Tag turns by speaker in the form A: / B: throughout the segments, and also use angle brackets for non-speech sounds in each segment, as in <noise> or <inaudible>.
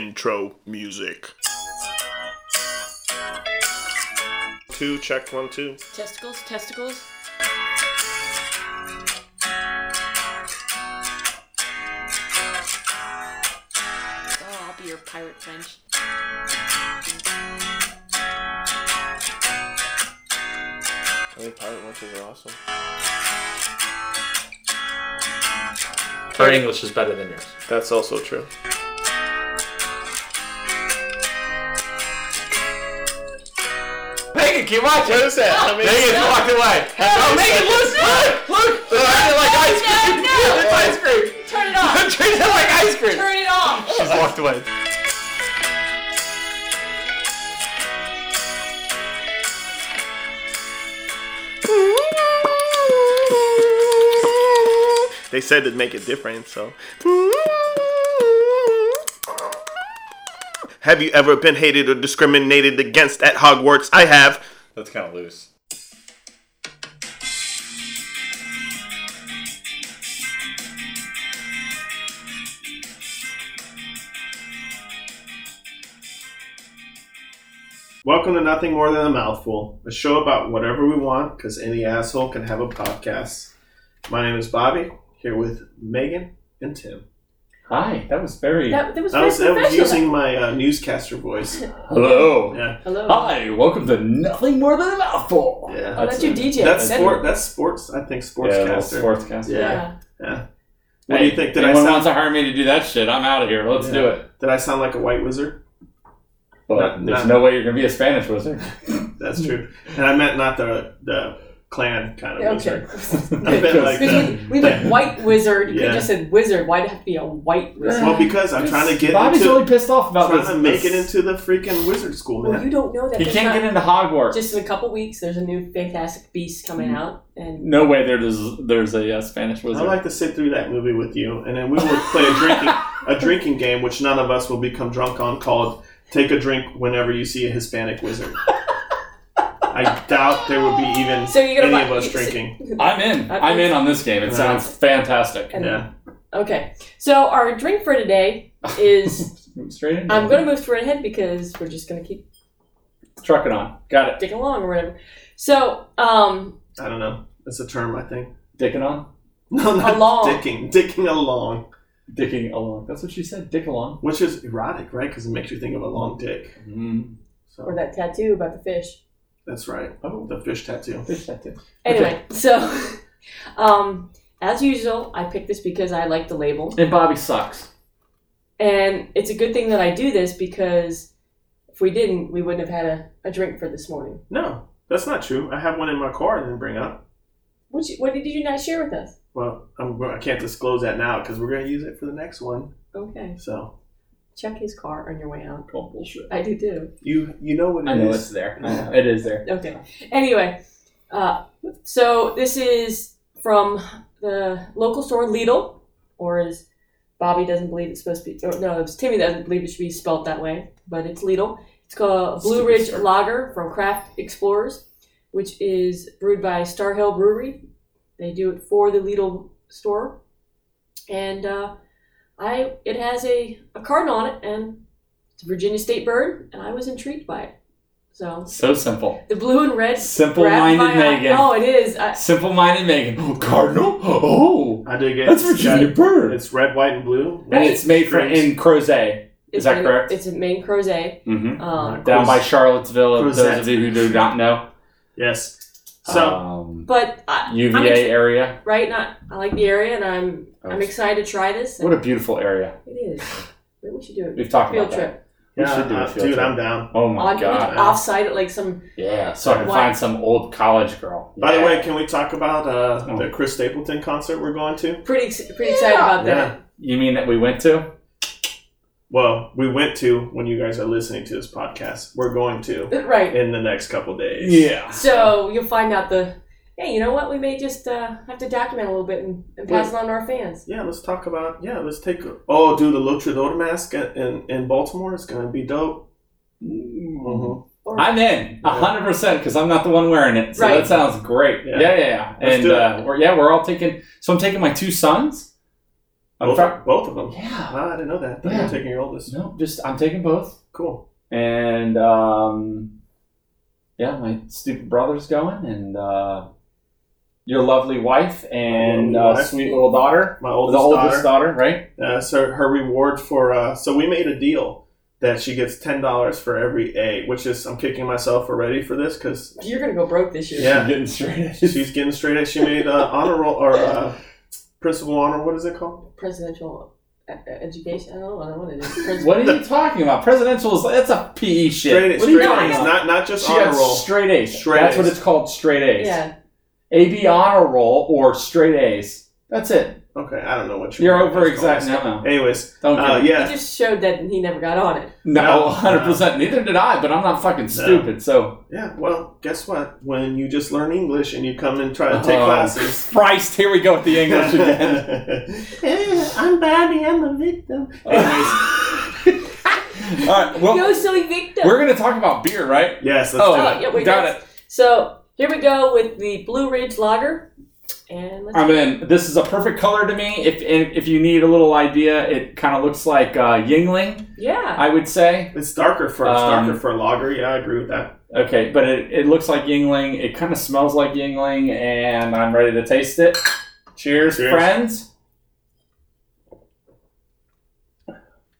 A: intro music. Two, check one, two.
B: Testicles, testicles. Oh, I'll be your pirate French.
A: I think pirate witches are awesome.
C: Her English is better than yours.
A: That's also true.
C: Megan, can you watch
A: What is that? I mean,
C: Megan walked away.
A: No,
C: oh, Megan, look, look, look. They're treating it like ice cream.
B: no, no.
C: It's <laughs> ice cream.
B: Turn it
C: They're
B: off!
C: treating it like ice cream.
B: Turn it off!
C: She's walked away.
A: <laughs> They said to make it different, so. Have you ever been hated or discriminated against at Hogwarts? I have.
D: That's kind of loose.
A: Welcome to Nothing More Than a Mouthful, a show about whatever we want, because any asshole can have a podcast. My name is Bobby, here with Megan and Tim.
D: Hi, that was very.
B: That, that was
A: I
B: very
A: was, I was
B: professional.
A: using my uh, newscaster
B: <laughs>
A: voice.
D: Hello.
A: Yeah.
B: Hello.
D: Hi, welcome to Nothing More Than a Mouthful.
A: Yeah.
B: Oh, that's your DJ.
A: That's
B: That-
A: sport. That's sports. I think
D: Yeah, little
A: sportscaster.
D: sportscaster.
A: Yeah.
B: Yeah.
A: Yeah. What do you
D: Hey,
A: think? Did I
D: anyone
A: sound
D: wants to hire me to do that shit? I'm out of here. Let's
A: Yeah.
D: do it.
A: Did I sound like a white wizard?
D: But
A: Not-
D: there's
A: not-
D: no way you're gonna be a Spanish wizard.
A: That's
B: <laughs>
A: true. And I meant not the the clan kind of
B: Okay.
A: wizard. <laughs>
B: <laughs>
A: I meant like
B: Because
A: the,
B: we, we went white wizard. You could
A: Yeah.
B: have just said wizard. Why'd it have to be a white wizard?
A: well because I'm trying to get
D: Bobby's
A: into
D: really pissed off about
A: trying
D: this.
A: to make
D: this-
A: it into the freaking wizard school,
B: Well,
A: man.
B: you don't know that.
D: He
B: There's
D: can't
B: not-
D: get into Hogwarts.
B: Just in a couple weeks, there's a new Fantastic Beast
A: Mm-hmm.
B: coming out, and
D: no way. There's there's a uh, Spanish
A: I'd
D: wizard.
A: like to sit through that movie with you, and then we will play a drinking a drinking game, which none of us will become drunk on, called "Take a Drink Whenever You See a Hispanic Wizard." I doubt there would be even
B: so you're
A: any
B: gonna
A: of
B: buy-
A: us
B: you-
A: drinking.
D: I'm in.
B: I've
D: I'm
B: been-
D: in on this game. It
A: Yeah.
D: sounds fantastic.
B: And-
A: Yeah.
B: Okay, so our drink for today is
A: <laughs>
D: Straight in.
B: I'm gonna move straight ahead because we're just gonna keep
D: truck it on. Got it.
B: dicking along or whatever. So um,
A: I don't know. That's a term, I think. <laughs>
D: Dicking on.
A: No, not
B: Along.
A: dicking. Dicking along.
D: Dicking along. That's what she said. Dick along.
A: Which is erotic, right? Because it makes you think of a long dick. Mm-hmm.
D: Mm.
B: or
A: So
B: that tattoo about the fish.
A: that's right.
D: Oh,
A: The fish tattoo.
D: fish that too.
B: Anyway, so <laughs> um, as usual, I picked this because I like the label.
D: And Bobby sucks.
B: And it's a good thing that I do this because if we didn't, we wouldn't have had a, a drink for this morning.
A: No, that's not true. I have one in my car I didn't bring up.
B: What, you, what did you not share with us?
A: Well, I'm, I can't disclose that now because we're going to use it for the next one.
B: Okay.
A: So
B: Check his car on your way out.
D: Oh, bullshit.
B: I do too.
A: you you know what
D: I
A: it
D: know it's
A: is.
D: there. I know. It is there.
B: Okay. Anyway, uh, so this is from the local store Lidl, or as Bobby doesn't believe it's supposed to be, or no, it's Timmy doesn't believe it should be spelt that way, but it's Lidl. It's called Blue
D: Stupid
B: Ridge
D: store.
B: Lager from Craft Explorers, which is brewed by Star Hill Brewery. They do it for the Lidl store, and uh, I it has a a cardinal on it and it's a Virginia State bird, and I was intrigued by it. So
D: So simple.
B: the blue and red.
D: Simple-minded
B: wrapped by a-
D: Megan.
B: Oh, it is. I,
D: Simple minded Megan. Oh, Cardinal? Oh!
A: I did get
D: That's Virginia Bird.
A: It's red, white, and blue.
D: and it's made for in Crozet. Is
B: it's
D: that
B: in-
D: correct?
B: It's in main crozet.
D: Mm-hmm.
B: Um,
D: Down by Charlottesville, if
A: Crozet.
D: those of you who do not know.
A: Yes. So
D: um,
B: but I,
D: UVA
B: I'm ex-
D: area.
B: right, not I like the area, and I'm
D: Oh,
B: I'm excited to try this.
D: What a beautiful area.
B: it is. Maybe we should do it.
D: We've talked
B: Field
D: about that.
B: trip.
D: We
A: yeah,
D: should do a
A: uh,
D: field
A: dude,
D: trip.
A: I'm down.
D: Oh my
B: I'll give
D: god.
B: it offsite at like some.
D: Yeah, so I can
B: Why?
D: find some old college girl.
A: By the
D: Yeah.
A: way, can we talk about uh,
D: Oh.
A: the Chris Stapleton concert we're going to?
B: Pretty ex- pretty excited about that.
D: you mean that we went to?
A: Well, we went to when you guys are listening to this podcast. We're going to
B: <laughs> Right.
A: in the next couple days.
B: So you'll find out the. Hey, you know what? We may just uh, have to document a little bit and, and pass it on to our fans.
A: Yeah, let's talk about. Yeah, let's take. Oh, dude, the Luchador mask in- in in Baltimore is gonna be dope.
D: Mm-hmm.
A: Mhm.
B: Or,
D: I'm in a
A: Yeah.
D: hundred percent because I'm not the one wearing it. So
B: Right.
D: that sounds great.
A: Yeah.
D: Yeah, yeah, yeah.
A: Let's
D: And
A: do it.
D: uh, we're, yeah, we're all taking. So I'm taking my two sons. I'm
A: Both,
D: fr-
A: both of them.
D: yeah.
A: Ah, I didn't know that. That
D: Yeah.
A: You're taking your oldest.
D: No, just I'm taking both,
A: Cool.
D: and um, yeah, my stupid brother's going, and uh, your lovely wife and
A: lovely
D: uh,
A: wife.
D: sweet little daughter,
A: My oldest
D: the oldest
A: daughter.
D: daughter,
A: <laughs>
D: right?
A: Uh, so her reward for uh, so we made a deal that she gets ten dollars for every A, which is I'm kicking myself already for this because
B: You're gonna go broke this year.
A: Yeah.
D: She's getting straight. at it.
A: she's getting straight A. She made uh, honor roll or uh, principal honor. What is it called?
B: Presidential uh, uh, education. I don't know what I want to do.
D: <laughs>
B: Pres-
D: What are you talking about? Presidential is that's a PE shit.
A: Straight A.
D: what are you
A: Straight
D: talking
A: A's,
D: about?
A: not not just
D: she
A: honor
D: got
A: roll.
D: straight A's.
A: Straight
D: that's what
A: A's.
D: it's called, straight A's.
B: yeah.
D: AB honor roll or straight A's. That's it.
A: Okay, I don't know what
D: You're
A: what
D: over
A: it's called.
D: exact. No, no.
A: Anyways,
D: Don't get
A: uh,
D: it.
A: yeah,
B: He just showed that he never got on it.
A: No,
D: No, hundred percent. Neither did I, but I'm not fucking stupid. So
A: Yeah, well, guess what? When you just learn English and you come and try to take
D: Oh,
A: classes.
D: <laughs> Christ, here we go with the
A: <laughs>
D: English again.
A: Eh, I'm Bobby, I'm a victim. Anyways,
D: All right, well,
B: Yo, silly victim.
D: Oh. we're gonna talk about beer, right?
A: yes, let's
D: Oh,
A: do it.
B: yeah, wait,
D: got
B: that's- So here we go with the Blue Ridge Lager, and let's
D: I mean, this is a perfect color to me. If if, if you need a little idea, it kind of looks like uh, Yingling,
B: yeah,
D: I would say.
A: It's darker for it's
D: Um,
A: darker for a lager. Yeah, I agree with that.
D: Okay, but it, it looks like Yingling. It kind of smells like Yingling, and I'm ready to taste it. Cheers,
A: Cheers.
D: friends.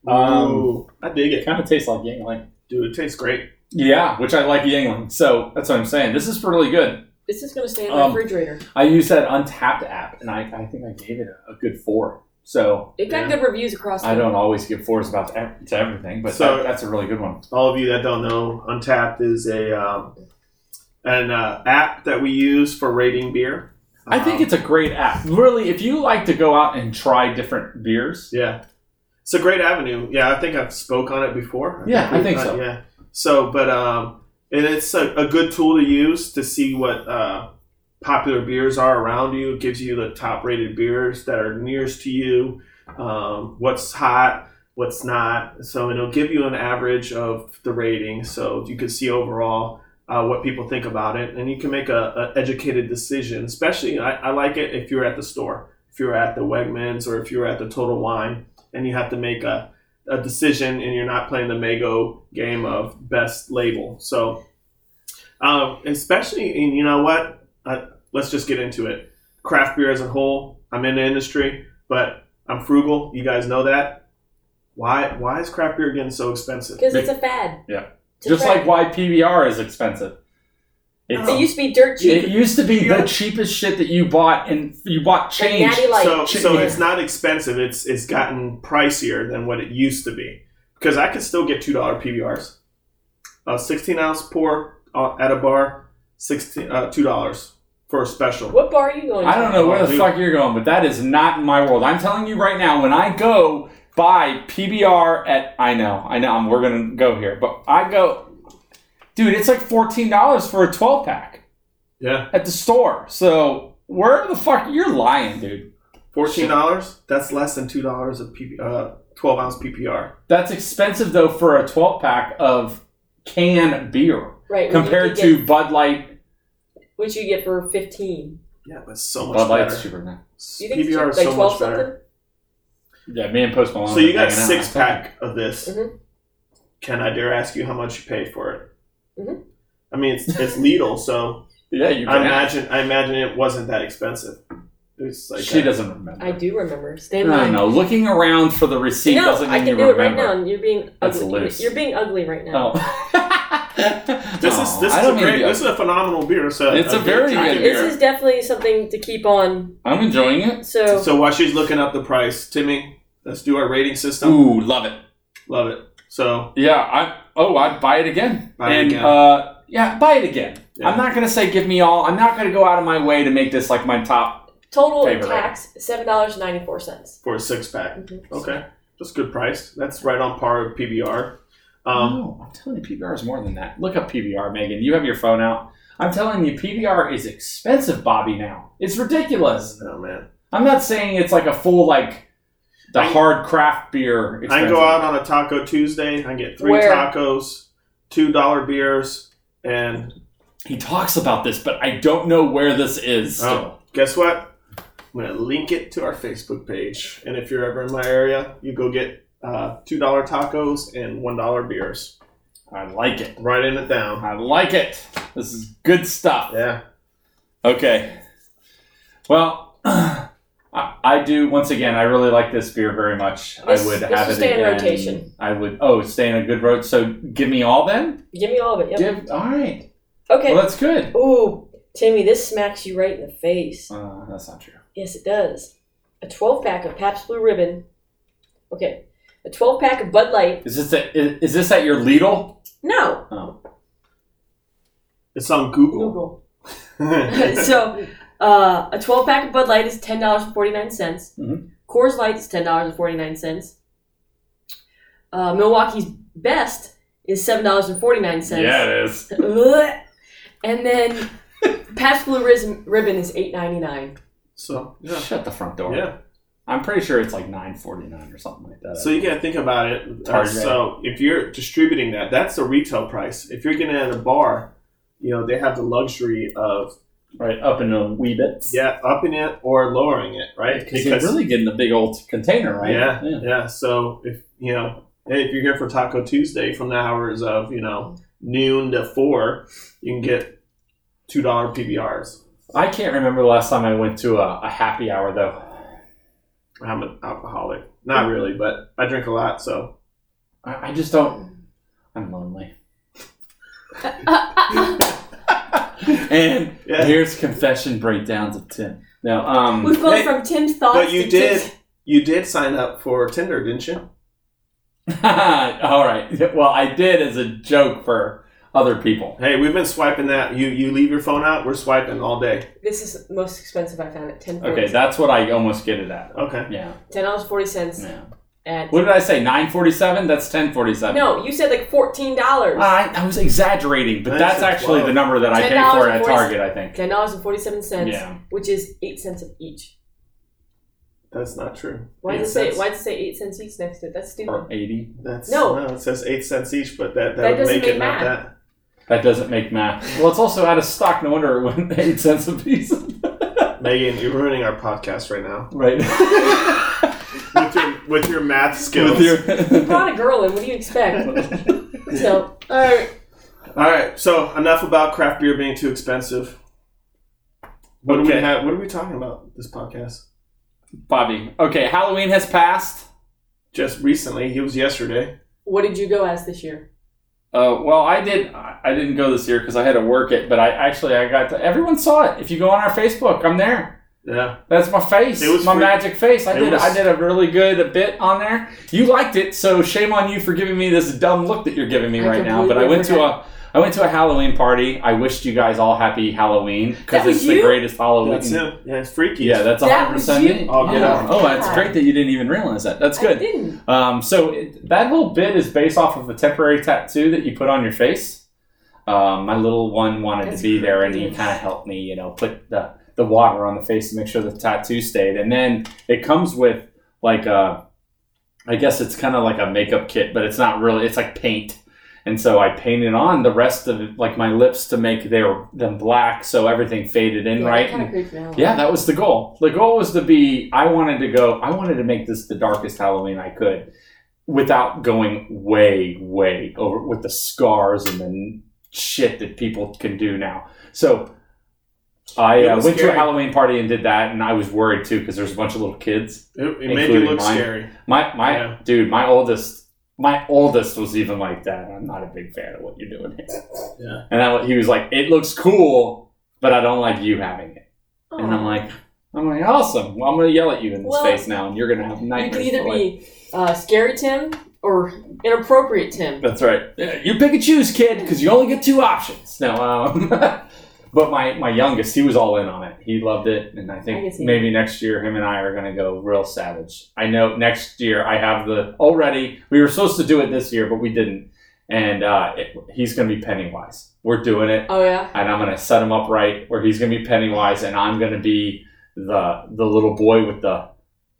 D: Um,
A: Ooh, I dig
D: It
A: it,
D: kind of tastes like Yingling.
A: dude. It tastes great.
D: Yeah, which I like Yingling. So that's what I'm saying. This is really good.
B: this is gonna stay in the
D: um,
B: refrigerator.
D: I used that Untapped app, and I, I think I gave it a, a good four. So
B: It got
A: yeah.
B: good reviews across.
D: I don't always give fours about to, ev- to everything, but
A: So-
D: that, that's a really good one.
A: All of you that don't know, Untapped is a um, an uh, app that we use for rating beer.
D: I think
A: Um,
D: it's a great app. Really, if you like to go out and try different beers,
A: Yeah. It's a great avenue. Yeah, I think I've spoke on it before.
D: Yeah, I
A: we've
D: think
A: done-
D: so.
A: Yeah. So, but um, and it's a, a good tool to use to see what uh, popular beers are around you. It gives you the top rated beers that are nearest to you. Um, what's hot, what's not. So it'll give you an average of the rating, so you can see overall. Uh, what people think about it, and you can make a, a educated decision. Especially, I, I like it if you're at the store, if you're at the Wegmans, or if you're at the Total Wine and you have to make a, a decision and you're not playing the Mago game of best label. So, um, especially, and you know what? Uh, let's just get into it. Craft beer as a whole, I'm in the industry, but I'm frugal. You guys know that. Why, why is craft beer getting so expensive?
B: because it's a fad.
D: Yeah.
B: It's a
D: just
B: fad.
D: like why PBR is expensive. It's,
B: it used to be dirt cheap.
D: it used to be the
A: Yeah.
D: cheapest shit that you bought, and you bought
B: and
D: change.
B: Natty Light.
A: so, so
D: Yeah.
A: it's not expensive. It's it's gotten pricier than what it used to be. Because I could still get two dollar PBRs, a sixteen ounce pour uh, at a bar, sixteen uh, two dollars for a special.
B: what bar are you going?
D: I don't know where
A: Oh,
D: the
A: dude.
D: fuck you're going, but that is not in my world. I'm telling you right now, when I go buy PBR at, I know, I know, I'm, we're gonna go here, but I go, dude, it's like fourteen dollars for a twelve pack
A: Yeah,
D: at the store. So where the fuck you're lying, dude?
A: fourteen dollars. That's less than two dollars of PP, uh, twelve ounce PPR.
D: That's expensive though for a twelve pack of canned beer
B: to. Right. when you
D: compared
B: could get-
D: to Bud Light.
B: which you get for fifteen.
A: Yeah, but so much
D: Bud Light's
A: better.
D: cheaper now.
B: You think it's
A: PBR
B: like
A: is so
B: twelve
A: much
B: something?
A: better.
D: Yeah, me and Post Malone.
A: So you
D: are
A: got a
D: hanging out.
A: six pack of this.
B: Mhm.
A: Can I dare ask you how much you paid for it?
B: Mhm.
A: I mean, it's it's Lidl, so.
D: Yeah, you
A: I
D: can. ask.
A: imagine. I imagine it wasn't that expensive. It's like
D: she
A: a-
D: doesn't remember.
B: I do remember. Stay in
D: No,
B: line.
D: no. Looking around for the receipt
B: No,
D: doesn't
B: I
D: mean
B: can
D: you
B: do it right
D: remember.
B: now. and You're being
D: That's
B: ugly.
D: loose.
B: You're being ugly right now.
D: Oh.
A: <laughs> This is this
D: I
A: is a
D: don't mean to
A: great.
D: be
A: This is
D: ugly.
A: a phenomenal beer. So uh,
D: It's a very
A: time.
D: good
B: Uh, This is definitely something to keep on.
D: I'm enjoying it.
B: So,
A: So while she's looking up the price, Timmy, let's do our rating system.
D: Ooh, love it.
A: Love it. So
D: Yeah, I oh I'd buy it again.
A: Buy it
D: and
A: again.
D: uh yeah, buy it again.
A: Yeah.
D: I'm not gonna say give me all. I'm not gonna go out of my way to make this like my top.
B: total
D: Favorite.
B: tax seven dollars ninety four cents.
A: for a six pack, okay, that's good price. That's right on par with PBR. Um,
D: no, I'm telling you, PBR is more than that. Look up PBR, Megan. You have your phone out. I'm telling you, PBR is expensive, Bobby. Now it's ridiculous.
A: oh man,
D: I'm not saying it's like a full like the
A: I-
D: hard craft beer.
A: I
D: Expensive.
A: can go out on a Taco Tuesday. I get three
B: Where?
A: tacos, two dollar beers, and
D: He talks about this, but I don't know where this is.
A: Oh. guess what? I'm gonna link it to our Facebook page, and if you're ever in my area, you go get uh, two dollar tacos and one dollar beers.
D: I like it.
A: Writing it down.
D: I like it. This is good stuff.
A: Yeah.
D: Okay. Well, <clears throat> I, I do once again. I really like this beer very much. I
B: This-
D: would
B: this
D: have
B: will
D: it
B: stay in
D: again.
B: rotation.
D: I would. Oh, stay in a good road. So give me all then.
B: Give me all of it. Yep.
D: Give. All right.
B: Okay.
D: Well, that's good.
B: Ooh, Timmy, this smacks you right in the face.
D: Uh, that's not true.
B: Yes, it does. A 12 pack of Pabst Blue Ribbon. Okay. A 12 pack of Bud Light.
D: Is this at, is, is this at your Lidl?
B: No.
D: Oh,
A: It's on Google.
B: Google. <laughs>
A: That's
B: so, uh, a 12 pack of Bud Light is $10.49.
D: Mhm.
B: Coors Light is $10.49. Uh, Milwaukee's Best is $7.49.
D: yeah, it is.
B: Blech. <laughs> and then Pabst Blue Ris- Ribbon is eight ninety nine.
A: <laughs> so yeah.
D: Shut the front door.
A: Yeah.
D: I'm pretty sure it's like nine forty nine or something like that.
A: So you gotta think about it. Uh,
D: Target.
A: so if you're distributing that, that's the retail price. If you're getting it at a bar, you know they have the luxury of
D: right up in a wee bit.
A: yeah upping it or lowering it, right?
D: because you're really getting a big old container, right?
A: Yeah, yeah, So if you know, hey, if you're here for Taco Tuesday from the hours of you know noon to four, you can get two dollar PBRs.
D: I can't remember the last time I went to a, a happy hour though.
A: I'm an alcoholic, not really, but I drink a lot, so
D: I, I just don't.
A: <laughs>
D: I'm lonely. and
A: Yeah.
D: here's confession breakdowns of Tim. No, um, <laughs>
B: We've gone
A: Hey,
B: from Tim's thoughts.
A: but you
B: to
A: did
B: Tim's-
A: you did sign up for Tinder, didn't you?
D: all right. Well, I did as a joke for other people.
A: Hey, we've been swiping that. You you leave your phone out, we're swiping all day.
B: This is the most expensive I found at ten.
D: Okay, that's what I almost get it at.
A: Okay.
D: Yeah,
B: ten dollars forty cents
D: yeah.
B: at.
D: What did I say? Nine forty-seven. That's ten forty-seven.
B: No, you said like fourteen dollars.
D: I, I was exaggerating, but
A: I
D: that's
A: said
D: actually
A: 12.
D: the number that I paid for it at
B: $10.40.
D: Target. I think.
B: ten dollars and forty seven cents,
D: Yeah.
B: which is eight cents of each.
A: That's not true.
B: Why
A: Eight
B: does it say
A: cents.
B: Why does it say eight cents each next to it? That's stupid.
D: Or eighty.
A: That's,
B: No.
A: no. it says eight cents each, but that that,
B: That
A: would
B: doesn't
A: make it
B: make
A: not
B: math.
A: that.
D: That doesn't make math. Well, it's also out of stock. No wonder it went <laughs> eight cents a piece.
A: Megan, you're ruining our podcast right now
D: right.
A: with your with your math skills.
D: <laughs> With your <laughs>
B: Brought a girl in. What do you expect? so, all right.
A: All right, so enough about craft beer being too expensive. What do we
D: Okay.
A: have? What are we talking about this podcast?
D: Bobby. Okay, Halloween has passed.
A: Just recently, it was yesterday.
B: What did you go as this year?
D: Uh, well, I did. I I didn't go this year because I had to work it. But I actually I got to. Everyone saw it. If you go on our Facebook, I'm there.
A: Yeah,
D: That's my face.
A: It was
D: my
A: free-
D: magic face. I
A: it
D: did.
A: was-
D: I did a really good bit on there. You liked it, so shame on you for giving me this dumb look that you're giving me
B: I
D: right now. But I
B: completely
D: went to a. I went to a Halloween party. I wished you guys all happy Halloween because
B: That was
D: it's the
B: you?
D: greatest Halloween.
A: that's him. Yeah, it's freaky.
D: Yeah, that's
B: That
D: 100%
B: was you.
D: me.
A: Oh,
D: yeah.
A: yeah.
D: oh, that's
B: God.
D: great that you didn't even realize that. That's
B: I
D: good.
B: didn't.
D: Um, so it, that whole bit is based off of a temporary tattoo that you put on your face. Um, my little one wanted
B: That's
D: to be there, and he
B: creepy.
D: kind of helped me, you know, put the, the water on the face to make sure the tattoo stayed. And then it comes with like a, I guess it's kind of like a makeup kit, but it's not really. It's like paint. And so I painted on the rest of like my lips to make their them black, so everything faded in
B: Yeah, that
D: right.
B: kinda
D: And
B: creeped me out.
D: yeah, that was the goal. The goal was to be. I wanted to go. I wanted to make this the darkest Halloween I could, without going way, way over with the scars and the shit that people can do now. So, I
A: It
D: uh,
A: was
D: went to a
A: scary.
D: Halloween party and did that, and I was worried too because there's a bunch of little kids.
A: it, it made you
D: Including
A: look
D: mine.
A: scary.
D: My my
A: Yeah.
D: dude, my oldest, my oldest was even like that. I'm not a big fan of what you're doing here.
A: Yeah.
D: And I, he was like, "It looks cool, but I don't like you having it."
B: Oh.
D: And I'm like, I'm like, awesome. Well, I'm gonna yell at you in this
B: Well,
D: face now, and you're gonna have
B: you
D: nightmares.
B: could either
D: for life.
B: be uh, scary Tim or inappropriate Tim.
D: That's right. Yeah, You pick and choose, kid, because you only get two options. No, um, <laughs> but my my youngest, he was all in on it. He loved it, and I
B: I
D: think
B: can see
D: maybe next year him and I are gonna go real savage. I know next year I have the already. We were supposed to do it this year, but we didn't, and uh, it, he's gonna be Pennywise. We're doing it.
B: Oh yeah.
D: and I'm gonna set him up right where he's gonna be Pennywise, and I'm gonna be the the little boy with the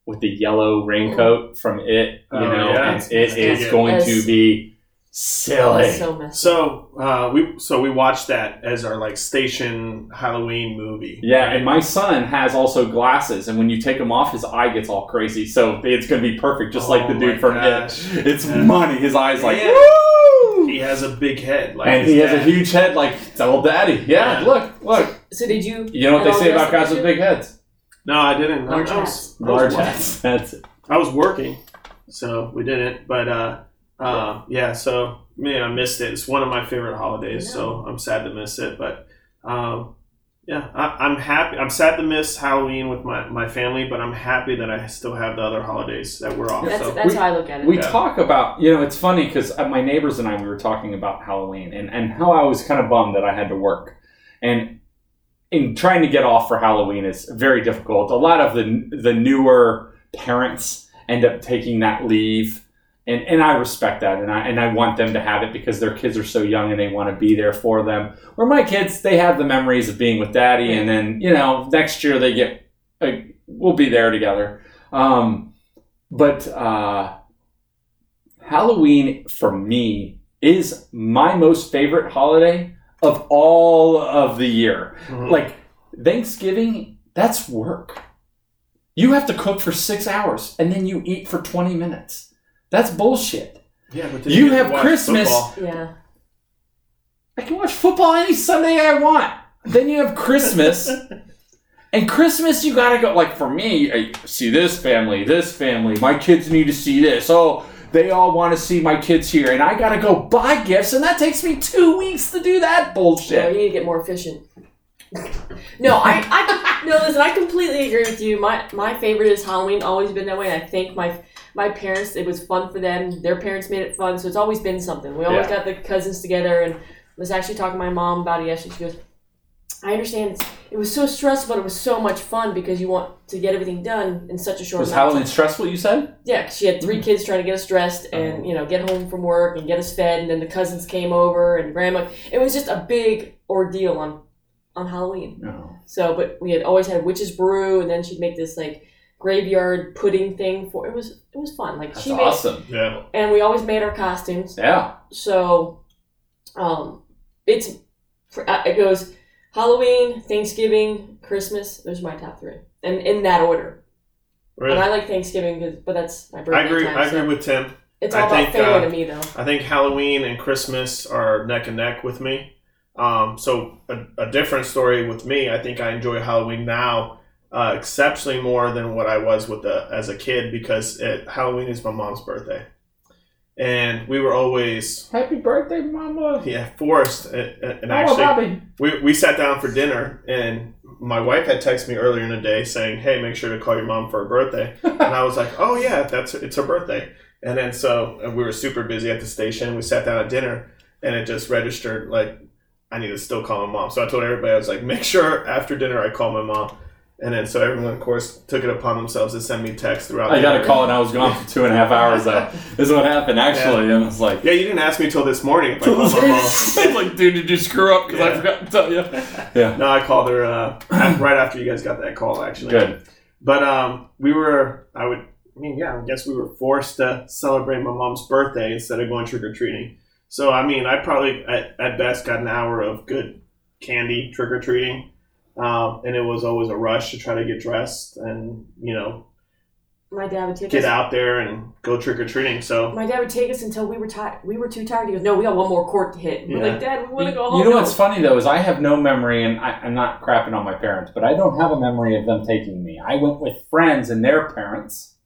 D: with the yellow raincoat from it. You
A: Oh,
D: know,
A: yeah.
D: and it is
A: Yeah.
D: going
B: Yes.
D: to be
C: Silly.
B: So messy.
A: So uh, we so we watched that as our like station Halloween movie.
D: Yeah,
A: right?
D: and my son has also glasses, and when you take them off, his eye gets all crazy. So it's gonna be perfect, just like the
A: Oh
D: dude
A: my
D: from
A: gosh.
D: it. It's
A: Yeah.
D: money. His eyes like
A: Yeah.
D: woo,
A: he has a big head. Like
D: and
A: his
D: he has a
A: dad.
D: huge head like it's old daddy. Yeah,
A: Yeah.
D: look, look.
B: So did you?
D: You know what
B: And
D: they
B: all
D: say
B: the
D: about guys
B: rest of
D: with
B: it?
D: big heads?
A: No, I didn't. I
B: Large
A: was- I was, I was
D: Large
A: wa-
D: heads. That's it.
A: I was working, so we didn't. But uh, uh, yeah, so man, I missed it. It's one of my favorite holidays,
B: I know.
A: so I'm sad to miss it. But um, yeah, I, I'm happy. I'm sad to miss Halloween with my, my family, but I'm happy that I still have the other holidays that we're off.
B: That's,
A: so
B: that's
D: We-
B: how I look at it.
D: We
A: Yeah.
D: talk about you know it's funny because my neighbors and I we were talking about Halloween and and how I was kind of bummed that I had to work, and in trying to get off for Halloween is very difficult. A lot of the the newer parents end up taking that leave. And, and I respect that, and I and I want them to have it because their kids are so young and they want to be there for them. Where my kids, they have the memories of being with daddy, and then you know next year they get, like, we'll be there together. Um, but uh, Halloween for me is my most favorite holiday of all of the year.
A: Mhm.
D: Like Thanksgiving, that's work. You have to cook for six hours and then you eat for 20 minutes. That's bullshit.
A: yeah, but then
D: you
A: get to
D: have
A: watch
D: Christmas.
A: football.
B: yeah.
D: I can watch football any Sunday I want. Then you have <laughs> Christmas. and Christmas, you gotta go. Like for me, I see this family, this family. My kids need to see this. Oh, they all want to see my kids here, and I gotta go buy gifts, and that takes me two weeks to do that
B: No, you
D: bullshit.
B: need to get more efficient. no, I, I no. Listen, I completely agree with you. My my favorite is Halloween. Always been that way. And I think my my parents. It was fun for them. Their parents made it fun, so it's always been something. We always
D: Yeah.
B: got the cousins together, and I was actually talking to my mom about it yesterday. She goes, "I understand. It's, it was so stressful, but it was so much fun because you want to get everything done in such a short
D: Was
B: amount of time."
D: Halloween stressful? You said.
B: Yeah, 'cause she had
A: Mm-hmm.
B: three kids trying to get us dressed
A: Oh.
B: and you know get home from work and get us fed, and then the cousins came over and grandma. It was just a big ordeal on on Halloween.
D: No.
B: So, but we had always had witch's brew, and then she'd make this like graveyard pudding thing for it was it was fun. Like
D: That's
B: she
D: awesome.
A: Yeah,
B: made and we always made our costumes.
D: Yeah.
B: So, um, it's for- uh, it goes Halloween, Thanksgiving, Christmas. Those are my top three, and in that order.
A: really.
B: And I like Thanksgiving, 'cause- but that's my birthday
A: I agree.
B: time.
A: I
B: so-
A: agree with Tim.
B: it's
A: I
B: all
A: think,
B: about family
A: uh,
B: to me, though.
A: I think Halloween and Christmas are neck and neck with me. Um, so a, a different story with me. I think I enjoy Halloween now uh, exceptionally more than what I was with the as a kid because it, Halloween is my mom's birthday, and we were always
D: Happy birthday, Mama.
A: yeah forced and, and
D: Mama
A: actually
D: Bobby.
A: we, we sat down for dinner and my wife had texted me earlier in the day saying hey make sure to call your mom for her birthday and i was like oh yeah that's it's her birthday and then so and we were super busy at the station we sat down at dinner and it just registered like i need to still call my mom so i told everybody i was like make sure after dinner i call my mom and then so everyone of course took it upon themselves to send me texts throughout
D: I got a
A: dinner.
D: call and I was gone for two and a half hours. Though this is what happened actually, and I was like.
A: yeah you didn't ask me till this morning if i called my mom
B: <laughs>
D: It's <laughs> like, dude, did you screw up? Because I
A: Yeah.
D: forgot to tell you. Yeah.
A: no i called her uh, right after you guys got that call actually
D: Good.
A: But um, we were, I would, I mean, yeah, I guess we were forced to celebrate my mom's birthday instead of going trick or treating. So, I mean, I probably at, at best got an hour of good candy trick or treating. Um, and it was always a rush to try to get dressed and, you know,
B: My dad would take
A: get
B: us.
A: out there and go trick or treating. So,
B: My dad would take us until we were tired. We were too tired. He goes, "No, we got one more court to hit." And We're
A: Yeah.
B: like, "Dad, we
D: You,
B: want to go home."
D: you know
B: now."
D: what's funny though is I have no memory, and I, I'm not crapping on my parents, but I don't have a memory of them taking me. I went with friends and their parents.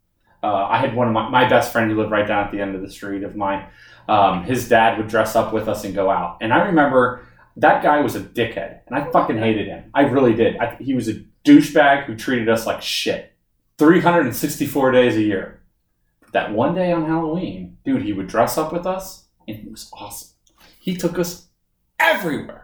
D: Uh, I had one of my, my best friend who lived right down at the end of the street of mine. Um, his dad would dress up with us and go out, and I remember that guy was a dickhead, and I fucking hated him. I really did. I, he was a douchebag who treated us like shit. 364 days a year. That one day on Halloween, dude, he would dress up with us, and he was awesome. He took us everywhere.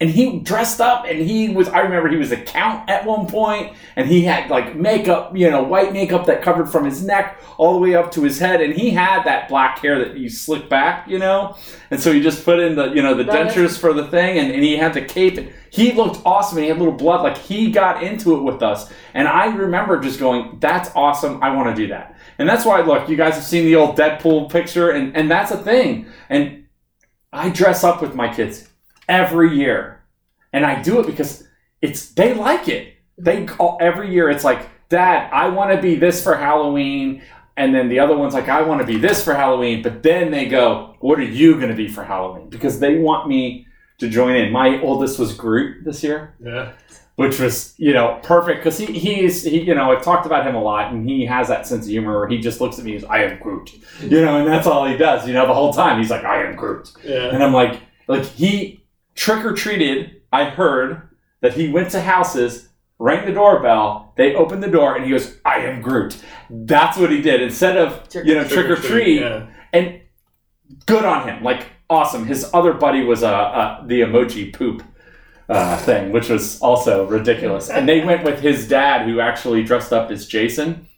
D: and he dressed up and he was I remember he was a count at one point and he had like makeup, you know, white makeup that covered from his neck all the way up to his head and he had that black hair that you slick back, you know? And so he just put in the you know the
B: That is-
D: dentures for the thing and, and he had the cape and he looked awesome and he had little blood like he got into it with us and i remember just going that's awesome i want to do that and that's why look you guys have seen the old deadpool picture and, and that's a thing and i dress up with my kids every year and i do it because it's they like it they call every year it's like dad i want to be this for halloween and then the other one's like i want to be this for halloween but then they go what are you going to be for halloween because they want me to join in my oldest was groot this year
A: Yeah.
D: which was you know perfect because he he's he you know I've talked about him a lot and he has that sense of humor where he just looks at me as I am Groot you know and that's all he does you know the whole time he's like I am Groot
A: Yeah.
D: and I'm like like he trick or treated I heard that he went to houses rang the doorbell they opened the door and he goes I am Groot that's what he did instead of you know trick or treat
A: Yeah.
D: good on him. Like awesome. His other buddy was uh, uh the emoji poop uh, thing, which was also ridiculous. And they went with his dad, who actually dressed up as Jason,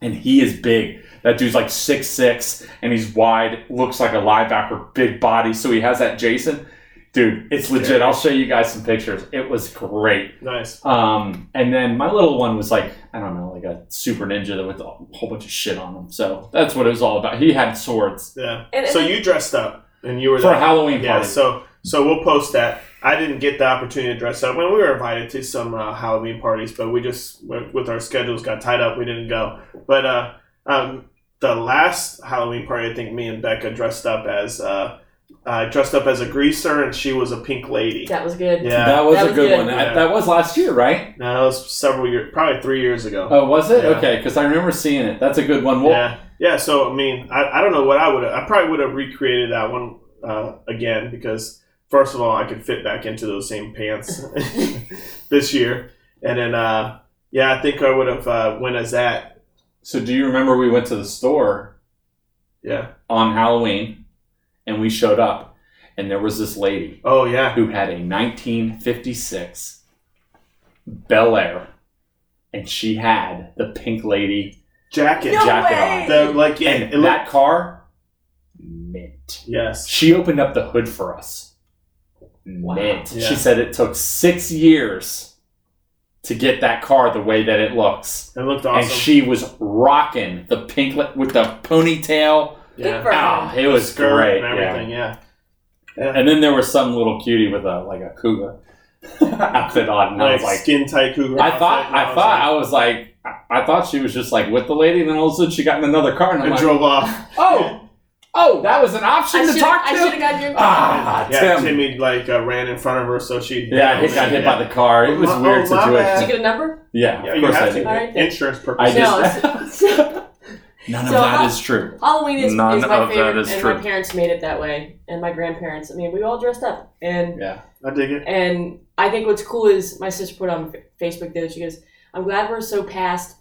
D: and he is big. That dude's like six six, and he's wide, looks like a linebacker, big body. So he has that Jason. Dude, it's legit. I'll show you guys some pictures. It was great.
A: Nice.
D: Um, and then my little one was like, I don't know, like a super ninja with a whole bunch of shit on him. So that's what it was all about. He had swords
A: Yeah.
B: And-
A: so
B: and-
A: you dressed up and you were
D: for a
A: there.
D: Halloween
A: Yeah.
D: party.
A: So so we'll post that. I didn't get the opportunity to dress up. When we were invited to some uh, Halloween parties, but we just with with our schedules got tied up. We didn't go. But uh, um, the last Halloween party, I think me and Becca dressed up as uh, uh, dressed up as a greaser, and she was a pink lady.
B: That was good.
A: Yeah.
D: That was
B: That
D: a
B: was
D: good,
B: good.
D: one. That-
A: Yeah.
D: That, was last year, right?
A: No, that was several years, probably three years ago.
D: Oh, was it?
A: Yeah.
D: Okay, because I remember seeing it. That's a good one. Well,
A: yeah, yeah. So I mean, I, I don't know what I would. I probably would have recreated that one uh, again because first of all, I could fit back into those same
D: <laughs>
A: pants this year, and then uh, yeah, I think I would have uh, went as that.
D: So do you remember we went to the store
A: Yeah.
D: on Halloween, and we showed up, and there was this lady
A: Oh yeah.
D: who had a 1956 Bel Air, and she had the pink lady
A: Jacket.
B: No
D: Jacket
B: way.
D: on.
A: The, like yeah.
D: And
A: it looked-
D: that car, mint.
A: yes.
D: She opened up the hood for us. Mint.
A: Yeah.
D: She said it took six years to get that car the way that it looks.
A: It looked awesome.
D: And she was rocking the pink li- with the ponytail.
B: Good
A: yeah. Oh,
B: for her.
D: Ah, it was
A: Skirt
D: great.
A: and
D: yeah.
A: everything. Yeah.
D: And then there was some little cutie with a like a
A: <laughs>
D: cougar outfit on, and I
A: Like,
D: was like,
A: skin tight cougar.
D: I thought,
A: outfit, and
D: I
A: was
D: thought,
A: like-
D: I was like, I I thought she was just like with the lady. Then all of a sudden she got in another car, and I'm
A: and
D: like,
A: drove off.
D: Oh, oh, that was an option
B: I
D: to
B: should
D: talk to.
B: have got your.
D: <laughs> ah,
A: yeah,
D: Tim.
A: Timmy like uh, ran in front of her, so she
D: Yeah, he got hit
A: Yeah.
D: by the car. It was
A: Oh,
D: a weird
A: my
B: Did
D: situation.
B: you
A: bad.
B: get a number?
D: Yeah,
A: Yeah,
D: of
A: you
D: course I
A: have
D: did.
A: to.
B: Alright.
A: Insurance purposes.
D: I did.
B: no. so-
D: None
B: So how-
D: true.
B: <laughs> Halloween is, is
C: None
B: my
C: of that
B: favorite,
C: is
B: and
C: true.
B: my parents made it that way, and my grandparents. I mean, we all dressed up, and
D: Yeah.
A: I dig it.
B: and I think what's cool is my sister put on F- Facebook the other. She goes, "I'm glad we're so past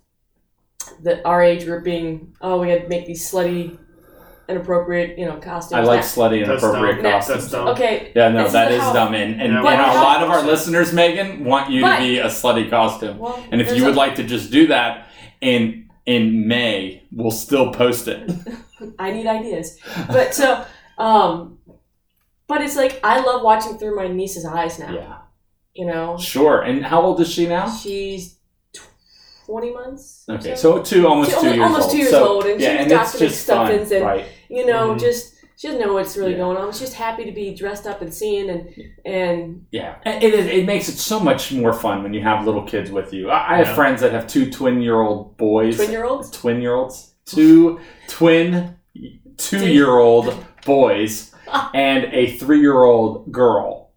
B: the our age group being oh we had to make these slutty, inappropriate you know costumes."
D: I like
B: Now-
D: slutty and
A: That's
D: appropriate
A: dumb.
B: Now-
D: costumes.
A: That's dumb.
B: okay,
D: Yeah, no,
B: This
D: that
B: is
D: is
B: how-
D: dumb. And, and,
A: Yeah,
D: and
A: but
D: a
B: how-
D: lot of our listeners, Megan, want you to
B: But-
D: be a slutty costume.
B: well,
D: And if
B: there's
D: you
B: a-
D: would like to just do that in in May, we'll still post it.
B: I need ideas, but so um, but it's like I love watching through my niece's eyes now.
D: Yeah,
B: You know,
D: sure. And how old is she now?
B: she's twenty months. or
D: Okay, so two, almost
B: She-
D: two
B: almost-
D: years
B: almost
D: old.
B: two years
D: So,
B: old, and
D: yeah,
B: she's
D: and it's
B: documenting
D: just
B: stuff
D: fun,
B: and said-
D: right?
B: you know,
A: Mhm.
B: just she doesn't know what's really
D: Mm-hmm. Yeah.
B: going on. She's just happy to be dressed up and seen, and and
D: Yeah, it, it, it makes it so much more fun when you have little kids with you. I, I have
A: Yeah.
D: friends that have two twin year old boys.
B: twin year olds.
D: Twin year olds? Two twin two year old boys and a three year old girl.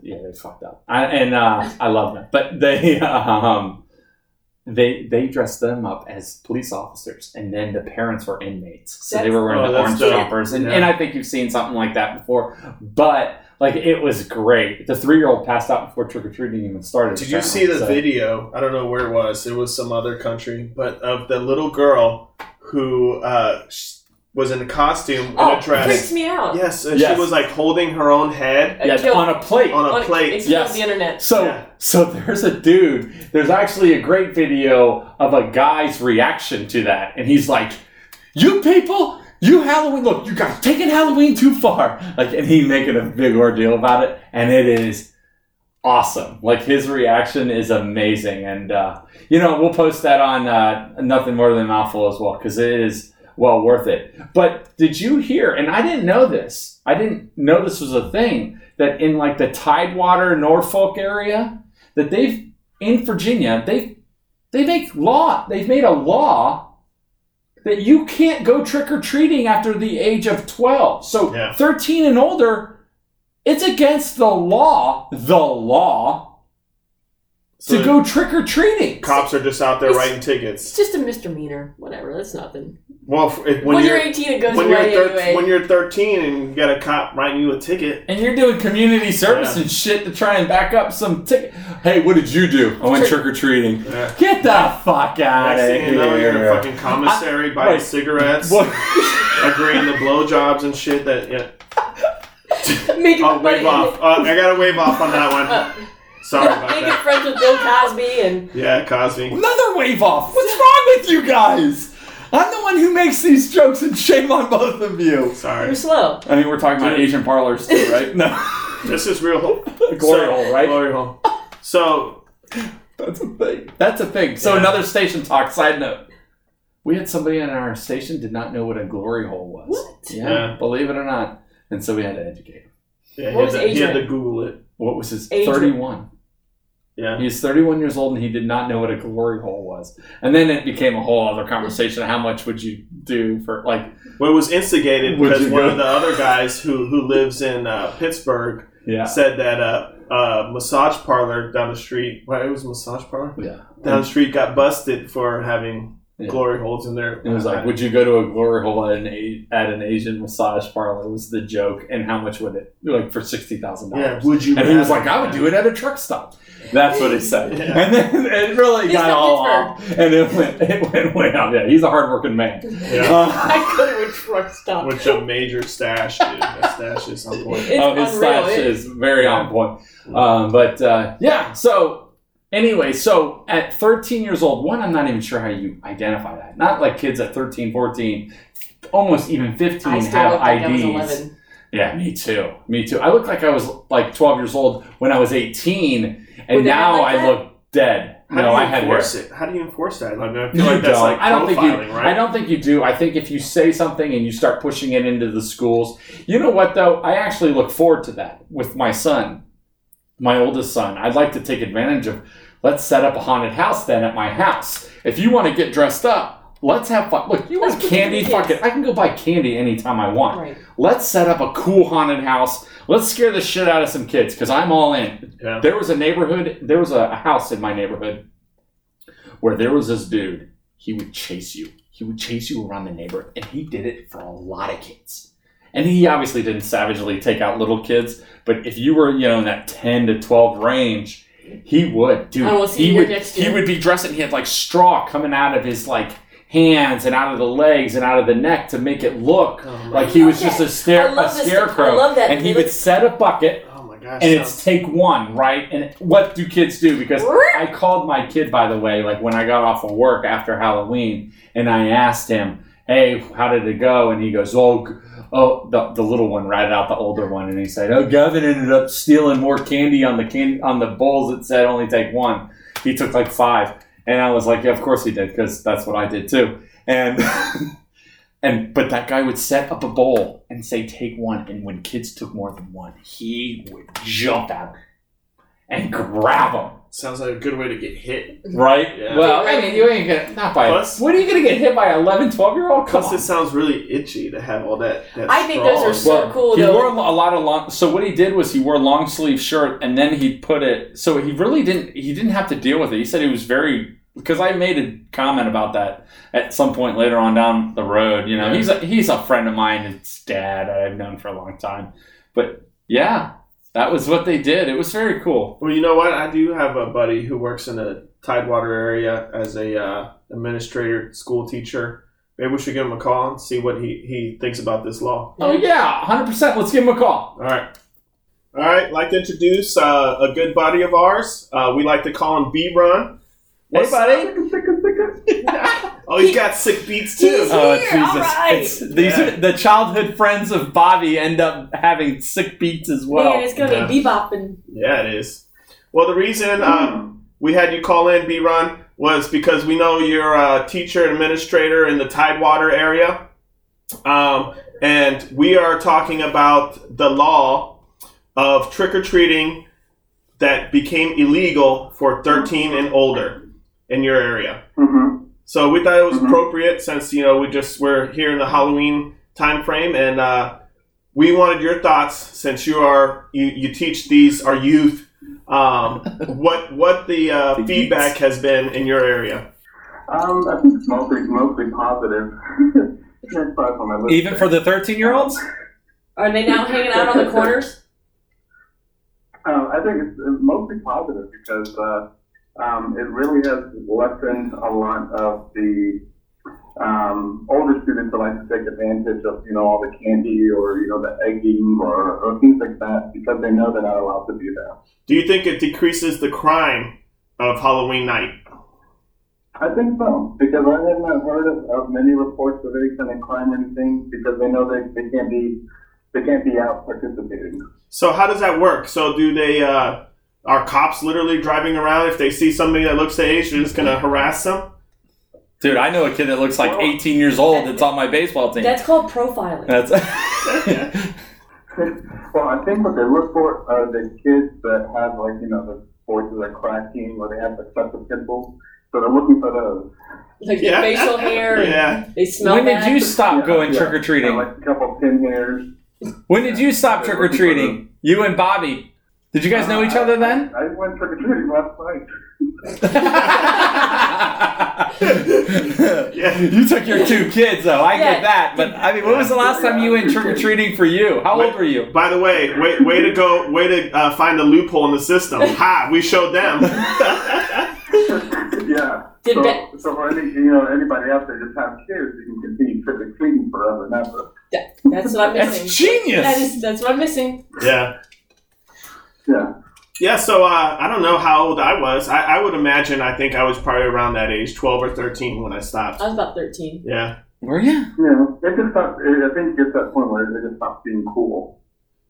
D: Yeah, they fucked up. I, and uh, I love them. But they. <laughs> Um, they, they dressed them up as police officers, and then the parents were inmates, so they were wearing
A: Oh,
D: the
A: that's
D: orange
A: dope.
D: jumpers, and,
A: Yeah.
D: and I think you've seen something like that before. But like it was great. The three year old passed out before trick or treating even started.
A: Did you see the
D: So-
A: video? I don't know where it was. It was some other country, but of the little girl who uh, sh- was in a costume and
B: Oh,
A: a
B: it freaks
A: dress.
B: me out.
A: Yes, and
D: Yes.
A: she was like holding her own head
B: It
D: Yes,
B: killed-
D: on a plate.
A: on a
B: on-
A: plate.
B: It's killed
D: Yes.
B: the internet.
D: So
A: Yeah.
D: so there's a dude. There's actually a great video of a guy's reaction to that, and he's like, "You people, you Halloween. Look, you guys taking Halloween too far." Like, and he making a big ordeal about it, and it is awesome. Like his reaction is amazing, and uh, you know we'll post that on uh, nothing more than mouthful as well because it is well worth it. But did you hear? And I didn't know this. I didn't know this was a thing that in like the Tidewater Norfolk area that they've in Virginia they they make law they've made a law that you can't go trick or treating after the age of 12. So
A: Yeah.
D: 13 and older it's against the law the law
A: So
D: to go trick or treating.
A: Cops are just out there
B: It's-
A: writing
B: It's
A: tickets.
B: just a misdemeanor. Whatever. That's nothing.
A: Well, if, if-
B: When,
A: when,
B: you're,
A: you're,
B: 18, it goes
A: when you're
B: away
A: thir-
B: anyway.
A: when you're 13 and you got a cop writing you a ticket,
D: And you're doing community service
A: Yeah.
D: and shit to try and back up some ticket. Hey, what did you do? I went
B: Trick-
D: trick or treating.
A: Yeah.
D: Get the fuck out
A: next
D: of
A: thing
D: here.
A: you know, you're in a fucking commissary buying
D: wait.
A: cigarettes,
D: <laughs>
A: <laughs>
D: What-
A: agreeing to blowjobs and shit. That yeah.
B: Make it,
A: I'll wave off. Uh, I gotta wave off on that
B: Uh, <laughs>
A: one. Sorry about
B: make it
A: that.
B: friends with Bill Cosby and
A: <laughs> Yeah, Cosby.
D: Another wave off. What's wrong with you guys? I'm the one who makes these jokes, and shame on both of you.
A: Sorry.
B: you're slow.
D: I mean, we're talking about Asian parlors too, <laughs> right? No,
A: This is real.
D: glory
A: So-
D: hole, right?
A: Glory hole. So
D: That's a thing. That's a thing. So
A: Yeah.
D: another station talk. Side note: We had somebody in our station did not know what a glory hole was.
B: What?
D: Yeah,
A: Yeah.
D: believe it or not, and so we had to educate him.
A: yeah, he, had
B: What was
A: to, he had
B: Adrian?
A: to Google it.
D: What was his
B: Age-
D: thirty-one?
A: Yeah.
D: He's 31 years old and he did not know what a glory hole was. And then it became a whole other conversation. How much would you do for, like,
A: Well, it was instigated
D: Would
A: because
D: you
A: one
D: go-
A: of the other guys who who lives in uh, Pittsburgh
D: yeah.
A: said that uh, a massage parlor down the street. Well, it was a massage parlor
D: Yeah.
A: down the street got busted for having
D: Yeah.
A: glory holes in their.
D: It was like, would you go to a glory hole at an, A- at an Asian massage parlor? Was the joke. And how much would it, like, for $60,000?
A: yeah, would you?
D: And he was
A: rather?
D: like, I would do it at a truck stop. That's what he said.
A: Yeah.
D: And then it really
B: He's
D: got
B: from
D: all off. And it went, it went way out. Yeah, he's a hardworking man.
A: Yeah.
D: Uh,
B: I go to a truck stop.
A: Which a major stash, dude. That stash is on point.
B: it's
D: oh, his
B: unreal.
D: stash
B: It-
D: is very on point. Um, but uh, yeah, so anyway, so at 13 years old, one, I'm not even sure how you identify that. Not like kids at 13, 14, almost even 15
B: I still
D: have
B: look like I was
D: IDs.
B: 11.
D: yeah, me too. Me too. I looked like I was like 12 years old when I was 18, and
B: Would they have
D: now
B: like
D: I
B: that?
D: look dead.
A: How
D: no,
A: do you
D: I had hair.
A: enforce it? How do you enforce that? Like, I
D: You
A: feel like that's
D: don't.
A: like profiling,
D: I don't think you.
A: right?
D: I don't think you do. I think if you say something and you start pushing it into the schools, you know what though? I actually look forward to that with my son, my oldest son. I'd like to take advantage of. Let's set up a haunted house then at my house. If you want to get dressed up, let's have fun. Look, you
B: Let's
D: want
B: get
D: candy?
B: the
D: Fuck
B: kids.
D: it. I can go buy candy anytime I want.
B: Right.
D: Let's set up a cool haunted house. Let's scare the shit out of some kids because I'm all in.
A: Yeah.
D: There was a neighborhood, there was a, a house in my neighborhood where there was this dude. He would chase you. He would chase you around the neighborhood, and he did it for a lot of kids. And he obviously didn't savagely take out little kids, but if you were, you know, in that 10 to 12 range, he would, dude.
B: I will see
D: he
B: you
D: would,
B: next
D: he
B: year.
D: would be dressed, and he had like straw coming out of his like hands and out of the legs and out of the neck to make it look
A: Oh my,
D: like he was just a,
B: I
D: stare- a
B: love this-
D: scarecrow.
B: I love that.
D: And he
B: It
D: would
B: looks-
D: set a bucket
A: oh my gosh.
D: and
A: sounds-
D: it's take one, right? And what do kids do? Because I called my kid, by the way, like when I got off of work after Halloween, and I asked him, "Hey, how did it go?" And he goes, "Oh, g- oh, the, the little one ratted out the older one," and he said, "Oh, Gavin ended up stealing more candy on the can- on the bowls that said only take one. He took like five, and I was like, "Yeah, of course he did, because that's what I did too." And <laughs> And but that guy would set up a bowl and say, "Take one." And when kids took more than one, he would jump at them and grab them.
A: sounds like a good way to get hit.
D: Right?
A: Yeah.
D: Well, I mean, you ain't gonna not by.
A: Plus-
D: what are you gonna get hit by? an 11, 12 year old? Come
A: Plus, it
D: on.
A: sounds really itchy to have all that. that
B: I think those are
A: straw.
B: so cool,
D: he
B: though.
D: wore a lo- a lot of long. So what he did was he wore a long sleeve shirt, and then he put it. So he really didn't. He didn't have to deal with it. He said he was very because I made a comment about that at some point later on down the road. You know,
A: Yeah.
D: he's a, he's a friend of mine. It's dad I've known for a long time, but yeah, that was what they did. It was very cool.
A: Well, you know what? I do have a buddy who works in the Tidewater area as a uh, administrator, school teacher, Maybe we should give him a call and see what he, he thinks about this law.
D: Oh yeah, hundred percent. Let's give him a call.
A: All right. All right. Like to introduce uh, a good buddy of ours. Uh, we like to call him B Run.
D: Hey, buddy.
A: <laughs> Oh, he's got sick beats too.
B: He's- here, all
D: Oh,
B: right.
D: It's, these
A: Yeah.
D: are the childhood friends of Bobby end up having sick beats as well.
B: Man, it's gonna be bebop and
A: Yeah, it is. Well, the reason
D: Hmm.
A: uh, we had you call in, B Run, was because we know you're a teacher administrator in the Tidewater area. Um, and we are talking about the law of trick or treating that became illegal for 13 and older in your area.
E: Mm-hmm.
A: So we thought it was
E: Mhm.
A: appropriate since you know we just we're here in the Halloween time frame, and uh, we wanted your thoughts since you are you, you teach these our youth.
E: <laughs>
A: Um, what what the, uh,
D: The
A: feedback has been in your area?
E: Um, I think it's mostly mostly positive. <laughs> That's probably from my list.
D: Even for the thirteen-year-olds.
B: are they now hanging out on the
D: <laughs>
B: corners?
E: Um, I think it's, it's mostly positive because uh, um, it really has lessened a lot of the um, older students that like to take advantage of you know all the candy or you know the egging or, or things like that because they know they're not allowed to do that.
A: Do you think it decreases the crime of Halloween night?
E: I think so because I have not heard of, of many reports of any kind of crime or anything because they know they, they can't be they can't be out participating.
A: So how does that work? So do they uh, are cops literally driving around if they see somebody that looks the age, they're just gonna harass them?
D: Dude, I know a kid that looks like
E: Well-
D: 18 years old that's on my baseball team.
B: That's called profiling.
E: <laughs>
D: That's
E: well, I think what they look for are the kids that have like you know the voices are cracking or they have the special pimples. So they're looking for those.
B: like
A: Yeah.
B: the facial hair. And
A: Yeah.
B: They smell
D: when did
B: bad.
D: you stop
E: Yeah,
D: going
E: yeah.
D: trick or
E: You know,
D: treating?
E: like a couple pin hairs.
D: When did you stop
E: They're
D: trick or
E: looking for
D: treating? You and Bobby. Did you guys know each other
E: <laughs>
D: then? <laughs>
E: I went trick or treating last night. <laughs>
A: Yeah.
D: You took your two kids though. I
B: Yeah.
D: get that, but I mean, when was the last time you went trick or treating for you? How old were you?
A: By the way, way, way to go, way to uh, find a loophole in the system. Ha, we showed them.
E: yeah.
B: Did
E: so,
B: ba-
E: so for any you know anybody out there just have kids, you can continue trick or treating forever and ever.
B: That's what I'm
D: That's
B: missing.
D: genius.
B: That is, that's what I'm missing.
A: yeah.
E: Yeah.
A: Yeah, so uh, I don't know how old I was. I, I would imagine I think I was probably around that age, 12 or 13 when I stopped.
B: I was about 13.
A: Yeah.
D: were you?
E: Yeah. It just stops. It, I think it gets to that point where it just stops being cool.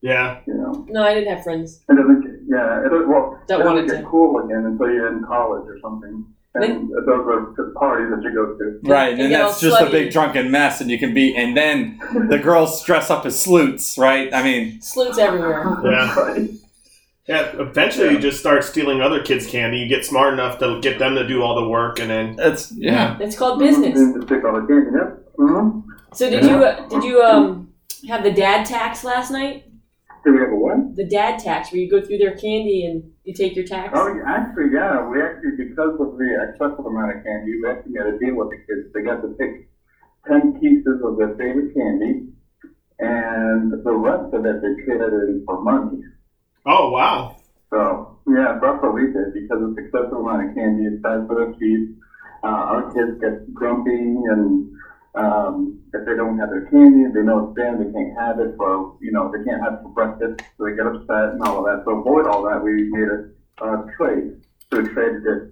A: Yeah.
E: You know.
B: No, I didn't have friends.
E: It doesn't get, yeah, it doesn't, well,
B: That
E: it doesn't
B: wanted
E: get
B: to.
E: cool again until you're in college or something. And those are the parties that you go to.
D: Right, and
B: They
D: then
B: get
D: that's
B: all
D: just a
B: slutty.
D: big drunken mess, and you can be, and then the girls dress up as sleuths, right? I mean,
B: Sleuths everywhere.
A: Yeah.
E: <laughs> Right.
A: Yeah. Eventually, you just start stealing other kids' candy. You get smart enough to get them to do all the work, and then
D: that's yeah.
B: That's called business.
E: And just take all the candy, yep. Mm-hmm.
B: So did you uh, did you um have the dad tax last night?
E: Did we have a one?
B: The dad tax where you go through their candy and you take your tax.
E: Oh, yeah, actually, yeah. We actually, because of the excessive amount of candy, we actually had a deal with the kids. They got to pick 10 pieces of their favorite candy, and the rest of it they traded in for money.
A: oh wow,
E: So yeah, that's what we did because it's excessive amount of candy. It's bad for their teeth. Uh, our kids get grumpy, and um, if they don't have their candy, they know it's banned. They can't have it for you know they can't have it for breakfast, so they get upset and all of that. So avoid all that. We made a uh, trade, so we traded it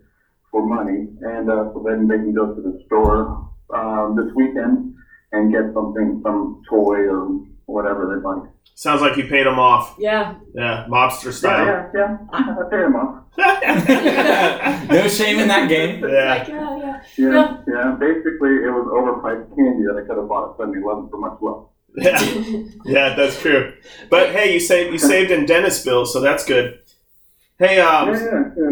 E: for money, and uh, so then they can go to the store um, this weekend and get something, some toy or whatever they like.
A: sounds like you paid them off.
B: Yeah.
A: Yeah, mobster style.
E: yeah, yeah. yeah. <laughs> I pay 'em off.
A: <laughs>
D: no shame in that game.
A: Yeah.
B: Like, yeah, yeah.
E: Yeah, yeah. Basically, it was overpriced candy that I could have bought at 7-Eleven for much less.
A: Yeah, yeah, that's true. But hey, you saved you saved in dentist bills, so that's good. Hey, um,
E: yeah, yeah.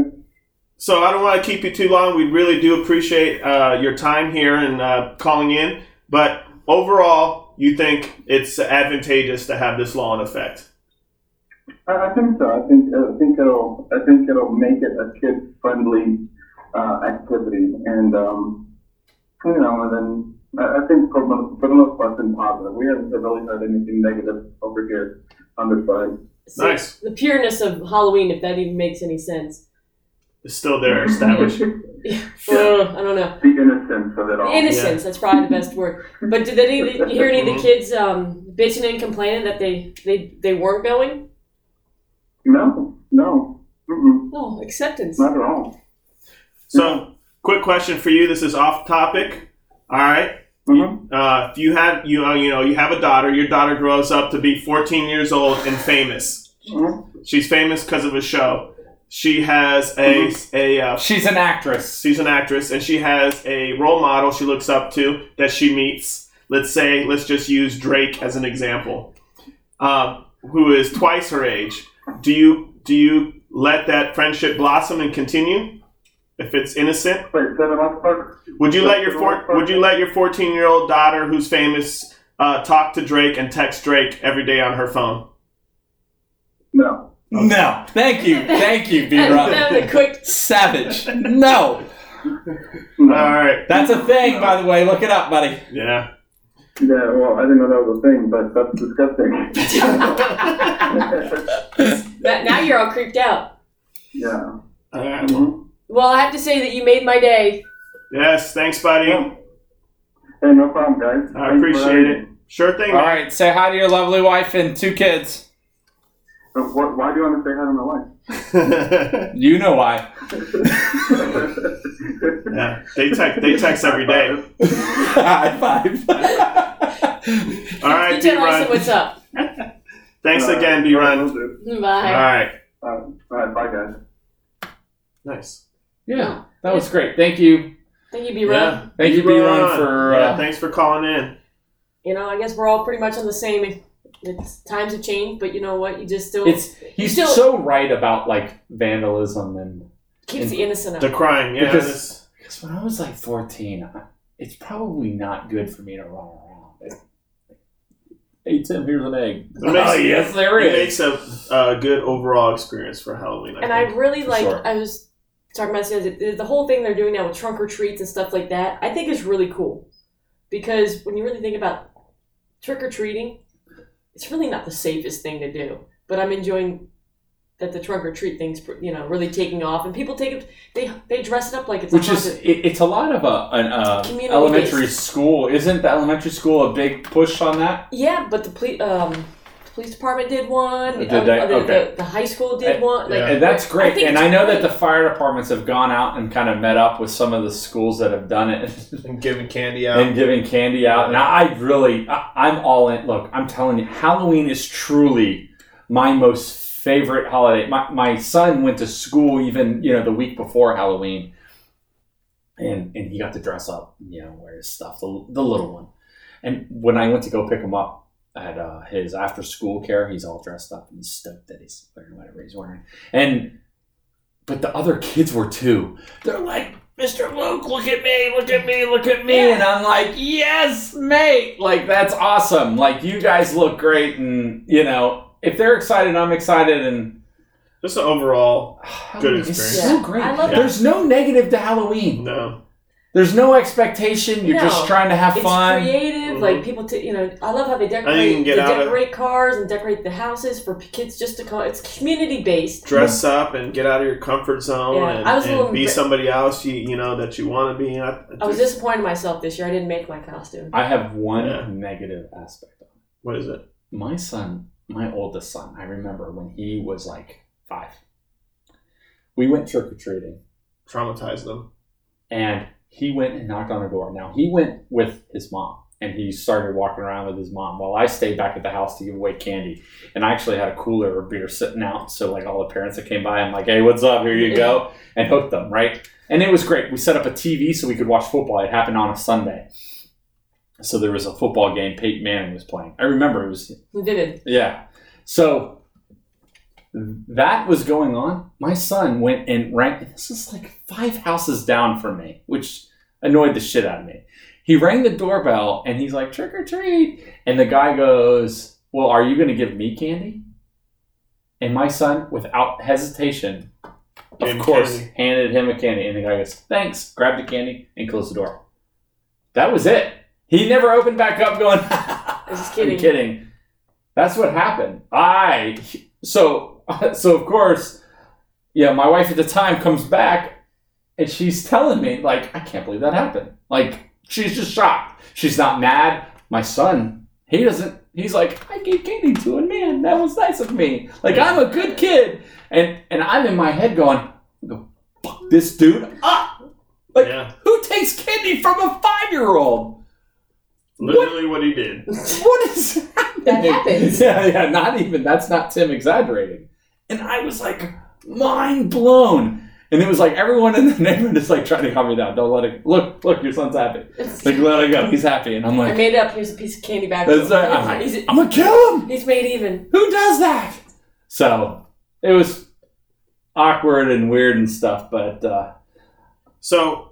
A: So I don't want to keep you too long. We really do appreciate uh, your time here and uh, calling in. But overall, you think it's advantageous to have this law in effect?
E: I, I think so. I think uh, I think it'll I think it'll make it a kid friendly uh, activity, and um, you know, and then I, I think for the, for the most part, it's been positive. We haven't really heard anything negative over here on this side.
B: So
A: Nice. <laughs>
B: The pureness of Halloween, if that even makes any sense.
A: is still
E: <laughs>
A: there, established.
B: Well, Uh, I don't know.
E: The innocence of it all.
B: Innocence, that's probably the best word. But did any did you hear any
A: Mm-hmm.
B: of the kids um, bitching and complaining that they, they, they weren't going?
E: No, no, Mm-mm,
B: No, acceptance.
E: not at all.
A: So, quick question for you. This is off topic. All right.
E: Mhm.
A: Uh, if you have you uh, you know you have a daughter. Your daughter grows up to be 14 years old and famous.
E: Mhm.
A: She's famous because of a show. She has a a uh,
D: She's an actress.
A: she's an actress and she has a role model she looks up to that she meets. Let's say let's just use Drake as an example, um, who is twice her age. Do you do you let that friendship blossom and continue if it's innocent?
E: Wait, is that a last part?
A: Would you let your four, Would you let your fourteen year old daughter, who's famous, uh, talk to Drake and text Drake every day on her phone?
E: No.
D: No. Thank you. Thank you, B
B: <laughs> That,
D: Rob.
B: that was a quick
D: Savage. No.
A: All
E: no.
A: right.
D: That's a thing, by the way. Look it up, buddy.
A: Yeah.
E: Yeah, well, I didn't know that was a thing, but that's <laughs> disgusting.
B: that, now you're all creeped out.
E: yeah.
A: All right.
E: Mhm.
B: Well, I have to say that you made my day.
A: Yes. Thanks, buddy.
E: Hey, no problem, guys. Thanks
A: I
E: for
A: appreciate
E: having me.
A: it. Sure thing.
D: All
A: man.
D: right. Say hi to your lovely wife and two kids.
E: So wh- why do you want to say hi to my wife?
D: You know why.
A: <laughs> <laughs>
E: <laughs>
A: yeah. They text. They text every day.
D: High five.
A: All right,
B: you tell
A: B
B: Lisa
A: Run.
B: what's up.
A: Thanks again, B Run. All
B: Bye.
A: right.
E: All right, bye, guys.
A: Nice.
D: yeah, that was great. Thank you.
B: Thank you, B Run.
A: Yeah.
D: Thank you, B Run,
A: B-Run.
D: for.
A: Yeah,
D: Uh,
A: thanks for calling in.
B: You know, I guess we're all pretty much on the same. It's, times have changed, but you know what? You just still
D: it's he's
B: Still-
D: so right about like vandalism and
B: keeps the innocent
A: The
B: out.
A: crime. Yeah.
D: Because-
A: this-
D: because when I was like fourteen, I, it's probably not good for me to run around. Hey Tim, here's an egg.
A: It makes-
D: oh yes, there
A: It
D: is.
A: makes a, a good overall experience for Halloween. I
B: And I
A: think.
B: really
D: For
B: like.
D: sure.
B: I was talking about this the other day, the whole thing they're doing now with trunk or treats and stuff like that. I think is really cool because when you really think about trick or treating, it's really not the safest thing to do. But I'm enjoying that the trunk or treat things, you know, really taking off and people take it. They they dress it up like it's a
D: Which is
B: haunted-
D: it, it's a lot of a an uh,
B: Community-based.
D: elementary school. Isn't the elementary school a big push on that?
B: Yeah, but the police, um, the police department did one.
D: Did
B: uh,
D: they?
B: The,
D: Okay.
B: the, the high school did one. Like,
A: yeah.
D: And that's great.
B: think
D: and
B: it's
D: I know
B: great.
D: that the fire departments have gone out and kind of met up with some of the schools that have done it. <laughs>
A: and giving candy out.
D: and giving candy out. And I really, I, I'm all in. Look, I'm telling you, Halloween is truly my most favorite holiday. My, my son went to school even, you know, the week before Halloween. And, and he got to dress up, you know, wear his stuff, the, the little one. And when I went to go pick him up at uh, his after school care, he's all dressed up and he's stoked that he's wearing whatever he's wearing. And, but the other kids were too. They're like, Mr. Luke, look at me, look at me, look at me. And I'm like, yes, mate. Like, that's awesome. Like, you guys look great. And, you know, if they're excited, I'm excited. And
A: Just an overall.
D: Halloween is
A: experience.
D: so
B: Yeah.
D: great.
B: I love
A: it.
D: There's no negative to Halloween.
A: No.
D: There's no expectation. You're
B: No.
D: just trying to have
B: it's
D: fun.
B: creative. Like people, t- you know, I love how they
A: Mm-hmm. I
B: decorate.
A: can get
B: they
A: out of-
B: decorate cars and decorate the houses for p- kids just to come. It's community based.
A: dress up and get out of your comfort zone
B: Yeah,
A: and,
B: I was a
A: and
B: little
A: be
B: bit-
A: somebody else you you know that you want to be. I, I
B: I was
A: just-
B: disappointed in myself this year. I didn't make my costume.
D: I have one
A: Yeah.
D: negative aspect of it.
A: what is it?
D: my son, my oldest son, I remember when he was like five, we went trick or treating
A: Traumatize them.
D: and he went and knocked on a door. Now, he went with his mom and he started walking around with his mom while I stayed back at the house to give away candy. And I actually had a cooler of beer sitting out. So, like, all the parents that came by, I'm like, hey, what's up? Here you go. And hooked them, right? And it was great. We set up a TV so we could watch football. It happened on a Sunday. So there was a football game Peyton Manning was playing. I remember it was
B: Vivid.
D: yeah. So that was going on. My son went and rang. This is like five houses down from me, which annoyed the shit out of me. He rang the doorbell and he's like, trick or treat. And the guy goes, Well, are you going to give me candy? And my son, without hesitation, of
A: Gave him
D: course,
A: candy.
D: handed him a candy. And the guy goes, Thanks, grabbed the candy and closed the door. That was it. He never opened back up going, <laughs>
B: was just
D: I'm
B: kidding.
D: kidding. <laughs> That's what happened. I so so of course yeah, my wife at the time comes back and she's telling me, like, I can't believe that happened. Like, she's just shocked. She's not mad. My son, he doesn't, he's like, I gave candy to a man. That was nice of me. Like, I'm a good kid. And, and I'm in my head going, the fuck this dude up. Like,
A: yeah,
D: who takes candy from a five year old?
A: literally what he did.
D: What is happening?
F: That happens.
D: <laughs> Yeah, yeah, not even. That's not Tim exaggerating. And I was like mind blown. And it was like everyone in the neighborhood is like trying to calm me down. Don't let it look, look, your son's happy. Like let it go. He's happy. And I'm
B: <laughs> I
D: like,
B: made it up. Here's a piece of candy back.
D: that's right. I'm, like,
B: he's,
D: I'm gonna kill him.
B: he's made even.
D: Who does that? So it was awkward and weird and stuff, but uh,
A: So,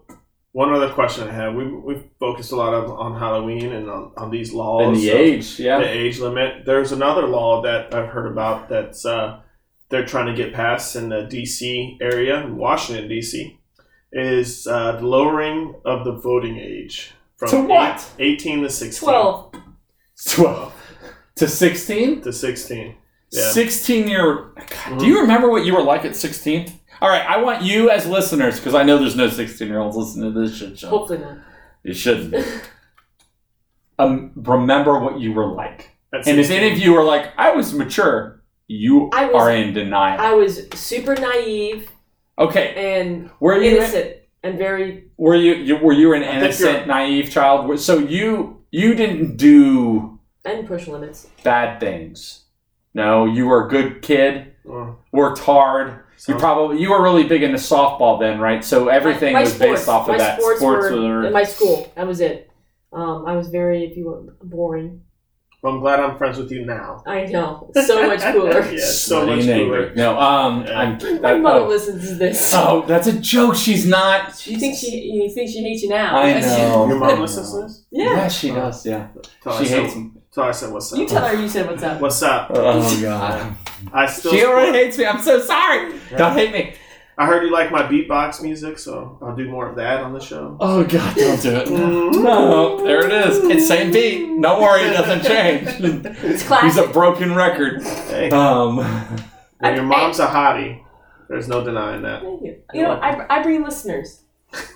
A: one other question I have: we we focused a lot of, on Halloween and on, on these laws
D: and the
A: of
D: age, yeah.
A: the age limit. There's another law that I've heard about that's uh, they're trying to get passed in the D.C. area, in Washington D.C. Is uh, the lowering of the voting age from
D: To what?
A: eight- 18 to 16
B: Twelve.
D: Twelve to sixteen.
A: to 16. Yeah. Mm.
D: 16 year God, do you remember what you were like at 16 all right i want you as listeners because i know there's no 16 year olds listening to this shit show
B: Hopefully not.
D: you shouldn't be. um remember what you were like
A: At
D: and if
A: 16.
D: any of you are like i was mature you
B: I was-
D: are in denial
B: I was super naive
D: okay
B: and
D: were you
B: innocent and very.
D: were you, you were you an
A: I think
D: innocent
A: you're-
D: naive child so you you didn't do
B: I didn't push limits.
D: bad things no you were a good kid
A: Well,
D: worked hard You
A: so-
D: probably you were really big into softball then, right? So everything
B: My- my
D: was based
B: sports-
D: off of
B: my
D: that.
B: Sports, were
D: were-
B: in my school. That was it. Um, I was very, if you want, boring.
A: Well, I'm glad I'm friends with you now.
B: I know. So much cooler.
A: yeah, so much
D: Slutty neighbor.
A: cooler.
D: No, um,
A: Yeah.
D: I'm,
B: My
D: that,
B: mother
D: oh,
B: listens to this.
D: oh, that's a joke. She's not.
B: You think she? You think she hates you now?
D: I know.
A: Your mom listens to this?
D: Yeah,
B: Yeah.
D: she does.
B: <laughs>
D: Yeah,
A: Tell her I
D: Oh, she
A: said-
D: hates him.
A: Tell her I said, what's up?
B: You tell her you said what's up.
A: What's up?
D: Oh god,
A: I still.
D: she already hates me. I'm so sorry.
A: Yeah.
D: Don't hate me.
A: I heard you like my beatbox music, so I'll do more of that on the show.
D: Oh god, don't do it.
B: Mm-hmm.
D: No, there it is. It's same beat. Don't worry, it doesn't
B: <laughs>
D: change.
B: It's
D: He's
B: classic.
D: a broken record.
A: Hey,
D: Um.
A: when your mom's a hottie, there's no denying that. <laughs>
B: Thank you. You know, I, I bring listeners,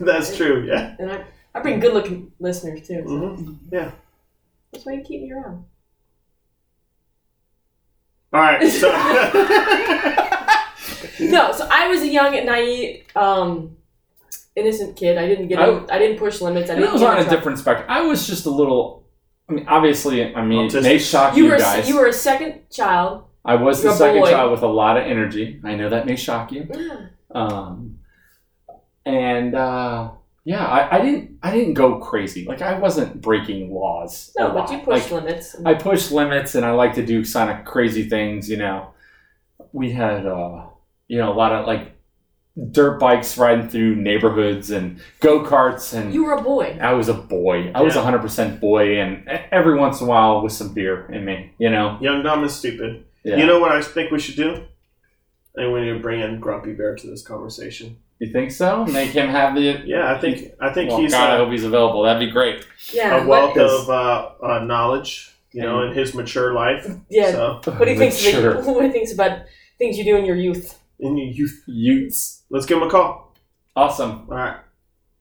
A: That's true.
B: <laughs>
A: Yeah.
B: and I I bring good-looking listeners too. So
A: Mhm.
B: that's why you keep me around.
A: All right. So <laughs>
B: No, so I was a young and naive, um, innocent kid. I didn't get.
D: I-
B: in- I, didn't push limits. I
D: And
B: didn't.
D: it was
B: get
D: on
B: in
D: a
B: trouble.
D: different spectrum. I was just a little. I mean, obviously, I mean,
A: Autistic.
D: they shocked
B: You,
D: you,
B: were a se-
D: guys.
B: you were a second child.
D: I was
B: you're
D: the
B: a
D: second
B: boy.
D: child with a lot of energy. I know that may shock you.
B: Yeah.
D: Um, and uh, yeah, I, I didn't. I didn't go crazy. Like I wasn't breaking laws. a
A: Oh,
B: No, but
D: lot.
B: you pushed
D: Like,
B: limits.
D: I push limits and I like to do kind of crazy things, you know. We had uh you know, a lot of like dirt bikes riding through neighborhoods and go-karts and
B: you were a boy.
D: I was a boy. I was
A: Yeah.
D: 100% boy and e- every once in a while with some beer in me, you know.
A: young, dumb, and stupid.
D: Yeah.
A: You know what I think we should do? And we need to bring in Grumpy Bear to this conversation.
D: You think so? Make him have the
A: Yeah, I think I think
D: Well,
A: he's
D: God, I
A: uh,
D: hope he's available. That'd be great.
B: Yeah.
A: a
B: but-
A: wealth
D: Yes.
A: of uh, uh, knowledge, you know, in his mature life.
B: yeah.
A: So,
B: what he thinks.
D: Mature
B: About, <laughs> what he thinks about things you do in your youth.
A: in your youth,
D: youths.
A: let's give him a call.
D: Awesome.
A: All right.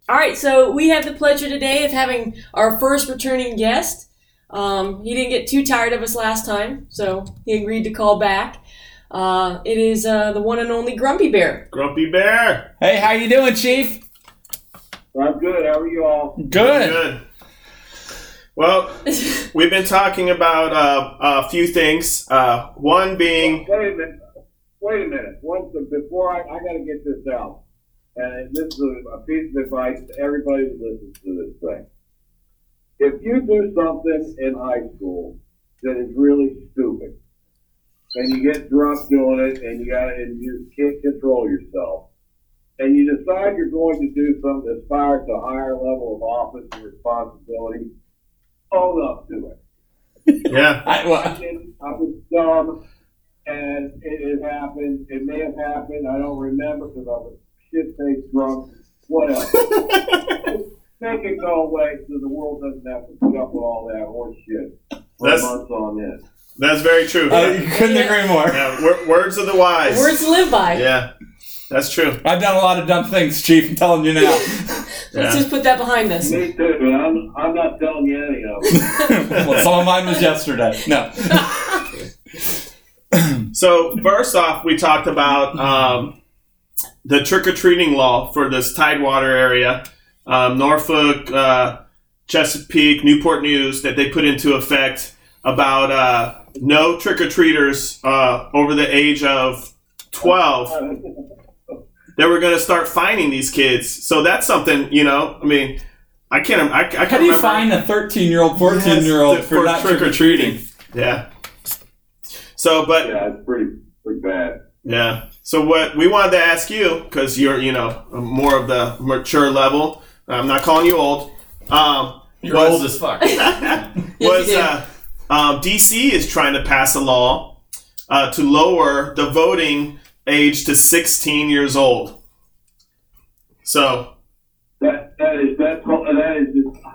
B: All right, so we have the pleasure today of having our first returning guest. Um, he didn't get too tired of us last time, so he agreed to call back. Uh, it is uh, the one and only Grumpy Bear. <laughs>
A: Grumpy Bear.
D: Hey, how you doing, chief?
E: I'm good. How are you all?
D: Good.
A: Good. Well, We've been talking about uh, a few things. Uh, one being,
E: Wait a minute. Wait a minute. One thing before I, I got to get this out, and this is a, a piece of advice to everybody that listens to this thing. If you do something in high school that is really stupid, and you get drunk doing it, and you got and you just can't control yourself, and you decide you're going to do something that aspires to a higher level of office and responsibility, own up to it.
A: yeah,
D: I, well,
E: I was dumb, and it, it happened. It may have happened. I don't remember because I was shit faced drunk. <laughs> Whatever. Make it go away so the world doesn't have to put up with all that horse shit for
A: That's-
E: months on end.
A: that's very true.
D: uh, you couldn't agree more.
A: yeah, wor- words of the wise.
B: Words to live by.
A: Yeah, That's true.
D: I've done a lot of dumb things, Chief. I'm telling you <laughs> now.
A: Yeah.
B: Let's just put that behind us.
E: Me too, but I'm, I'm not telling you any of it.
D: well, some of mine was yesterday. No.
A: So first off, we talked about um, the trick or treating law for this Tidewater area, um, Norfolk, uh, Chesapeake, Newport News that they put into effect about uh, no trick or treaters uh, over the age of twelve. They were going to start finding these kids. So that's something you know. I mean, I can't. I, I can't
D: How do you
A: remember-
D: find a 13 year old, 14 year old
A: Yes,
D: for not trick or treating?
A: Yeah. So, but
E: Yeah, it's pretty, pretty bad.
A: Yeah. So what we wanted to ask you, because you're you know more of the mature level. I'm not calling you old. Um,
C: You're
A: was,
C: old as
A: <laughs>
C: fuck.
B: <laughs> Yes,
A: was
B: you do.
A: uh, um, DC is trying to pass a law uh, to lower the voting age to 16 years old. So
E: That, that is, that's, that is just,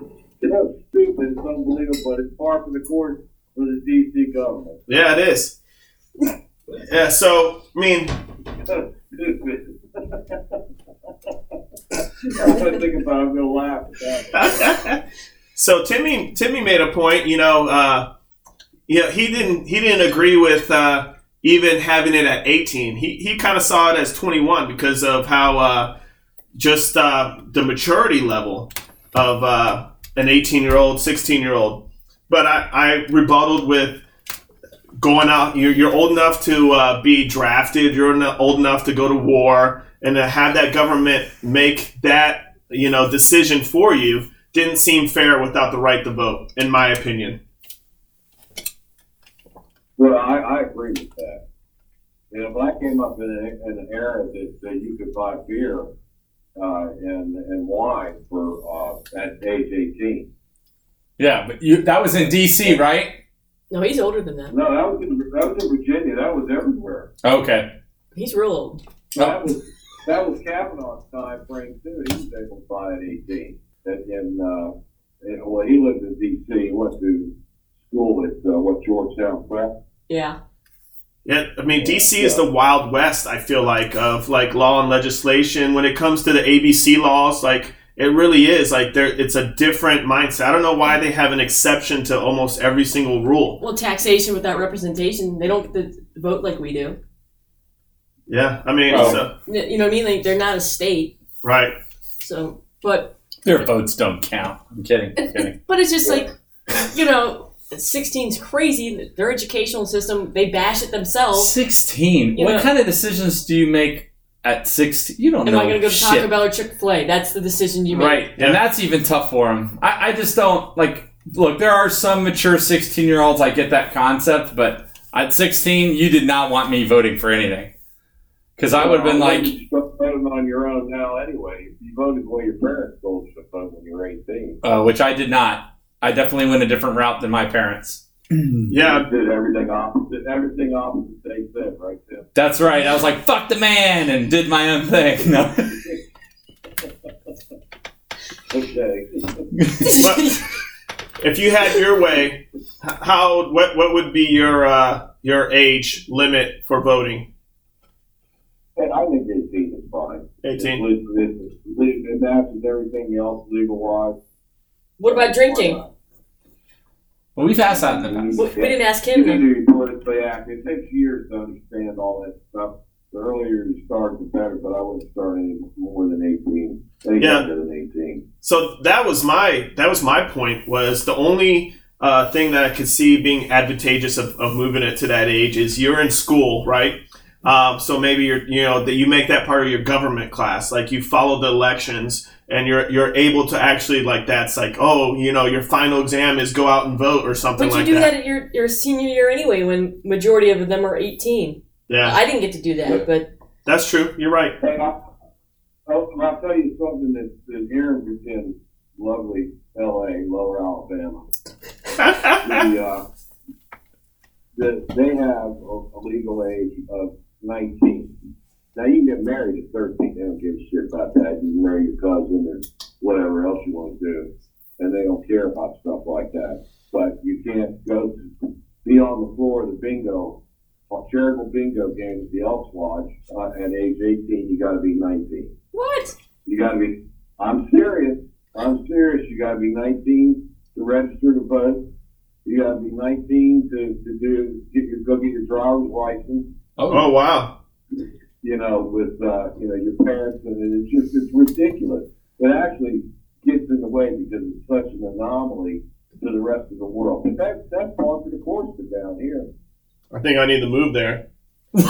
E: it's so stupid, it's unbelievable, but it's far from the course for the DC government.
A: yeah, it is. <laughs> Yeah. So I mean,
E: So stupid. I'm gonna think about it, I'm gonna laugh at that.
A: <laughs> so Timmy Timmy made a point, you know, uh, you know, he didn't he didn't agree with uh, even having it at 18. He he kind of saw it as 21 because of how uh, just uh, the maturity level of uh, an 18 year old, 16 year old. But I, I rebutted with going out. You're, you're old enough to uh, be drafted. You're eno- old enough to go to war, and to have that government make that you know decision for you didn't seem fair without the right to vote, in my opinion.
E: Well, I, I agree with that. You know, if I came up in an, in an era that, that you could buy beer uh, and and wine for uh, at age eighteen.
D: Yeah, but you, that was in D.C., right?
B: No, he's older than that.
E: No, that was in, that was in Virginia. That was everywhere.
D: Okay.
B: He's real old.
D: Oh.
E: That was that was Kavanaugh's time frame too. He was able to buy at eighteen. And, and uh, and, well, he lived in D.C. He went to school at uh, what Georgetown Prep.
B: Yeah.
A: Yeah, I mean, DC is the wild west. I feel like of like law and legislation when it comes to the ABC laws. Like it really is like there. It's a different mindset. I don't know why they have an exception to almost every single rule.
B: Well, taxation without representation, they don't get to vote like we do.
A: Yeah, I mean,
D: Oh.
A: so-
B: N- You know what I mean? Like, they're not a state.
A: right.
B: So, but
D: Their votes don't count. I'm kidding. I'm kidding.
B: but it's just like, you know, 16's crazy. Their educational system, they bash it themselves.
D: 16.
B: You
D: what
B: know-
D: kind of decisions do you make at 16? You don't
B: Am
D: know.
B: I going to go to
D: shit.
B: Taco Bell or Chick Fil A? That's the decision you make.
D: Right.
A: Yeah.
D: And that's even tough for him. I, I just don't, like, look, there are some mature 16 year olds. I get that concept, but at 16, you did not want me voting for anything. Because I would have been like,
E: You start voting on your own now anyway. If you voted the way your parents told you to vote when you were 18.
D: uh, which I did not. I definitely went a different route than my parents. <clears throat>
A: Yeah,
E: You did everything opposite, everything opposite they said right there.
D: That's right. I was like, fuck the man, and did my own thing. <laughs> No.
E: Okay.
A: if you had your way, h- how what what would be your uh, your age limit for voting?
E: Hey, I think 18 is fine.
A: Eighteen.
E: It, it, it, it matches everything else legal wise.
B: What about drinking?
D: Well, we've asked that in the past.
B: We, we didn't ask
E: You
B: him.
E: can
B: Then.
E: do politically active. It takes years to understand all that stuff. The earlier you start, the better, but I wouldn't start any more than 18. Any
A: Yeah.
E: younger than 18.
A: So that was my that was my point was the only uh, thing that I could see being advantageous of, of moving it to that age is you're in school, right? Um, so maybe you're you know that you make that part of your government class, like you follow the elections and you're you're able to actually like that's like oh you know your final exam is go out and vote or something
B: But you
A: like
B: do that at your, your senior year anyway when majority of them are 18.
A: Yeah,
B: I didn't get to do that, but
A: that's true. You're right.
E: Hey, I, I'll, I'll tell you something that, that here in Virginia, lovely L.A., Lower Alabama, the, uh, that they have a, a legal age of 19. Now you can get married at 13. They don't give a shit about that. You can marry your cousin or whatever else you want to do, and they don't care about stuff like that. But you can't go to, be on the floor of the bingo Well, during the bingo game at the Elks Lodge, uh, at age 18, you got to be 19.
B: What?
E: You got to be. I'm serious. I'm serious. You got to be 19 to register to vote. You got to be 19 to, to do get your go get your driver's license.
A: Oh wow!
E: You know, with uh, you know your parents, and it- it's just it's ridiculous. It actually gets in the way because it's such an anomaly to the rest of the world. But that that's part of the course down here.
A: I think I need to move there.
E: So,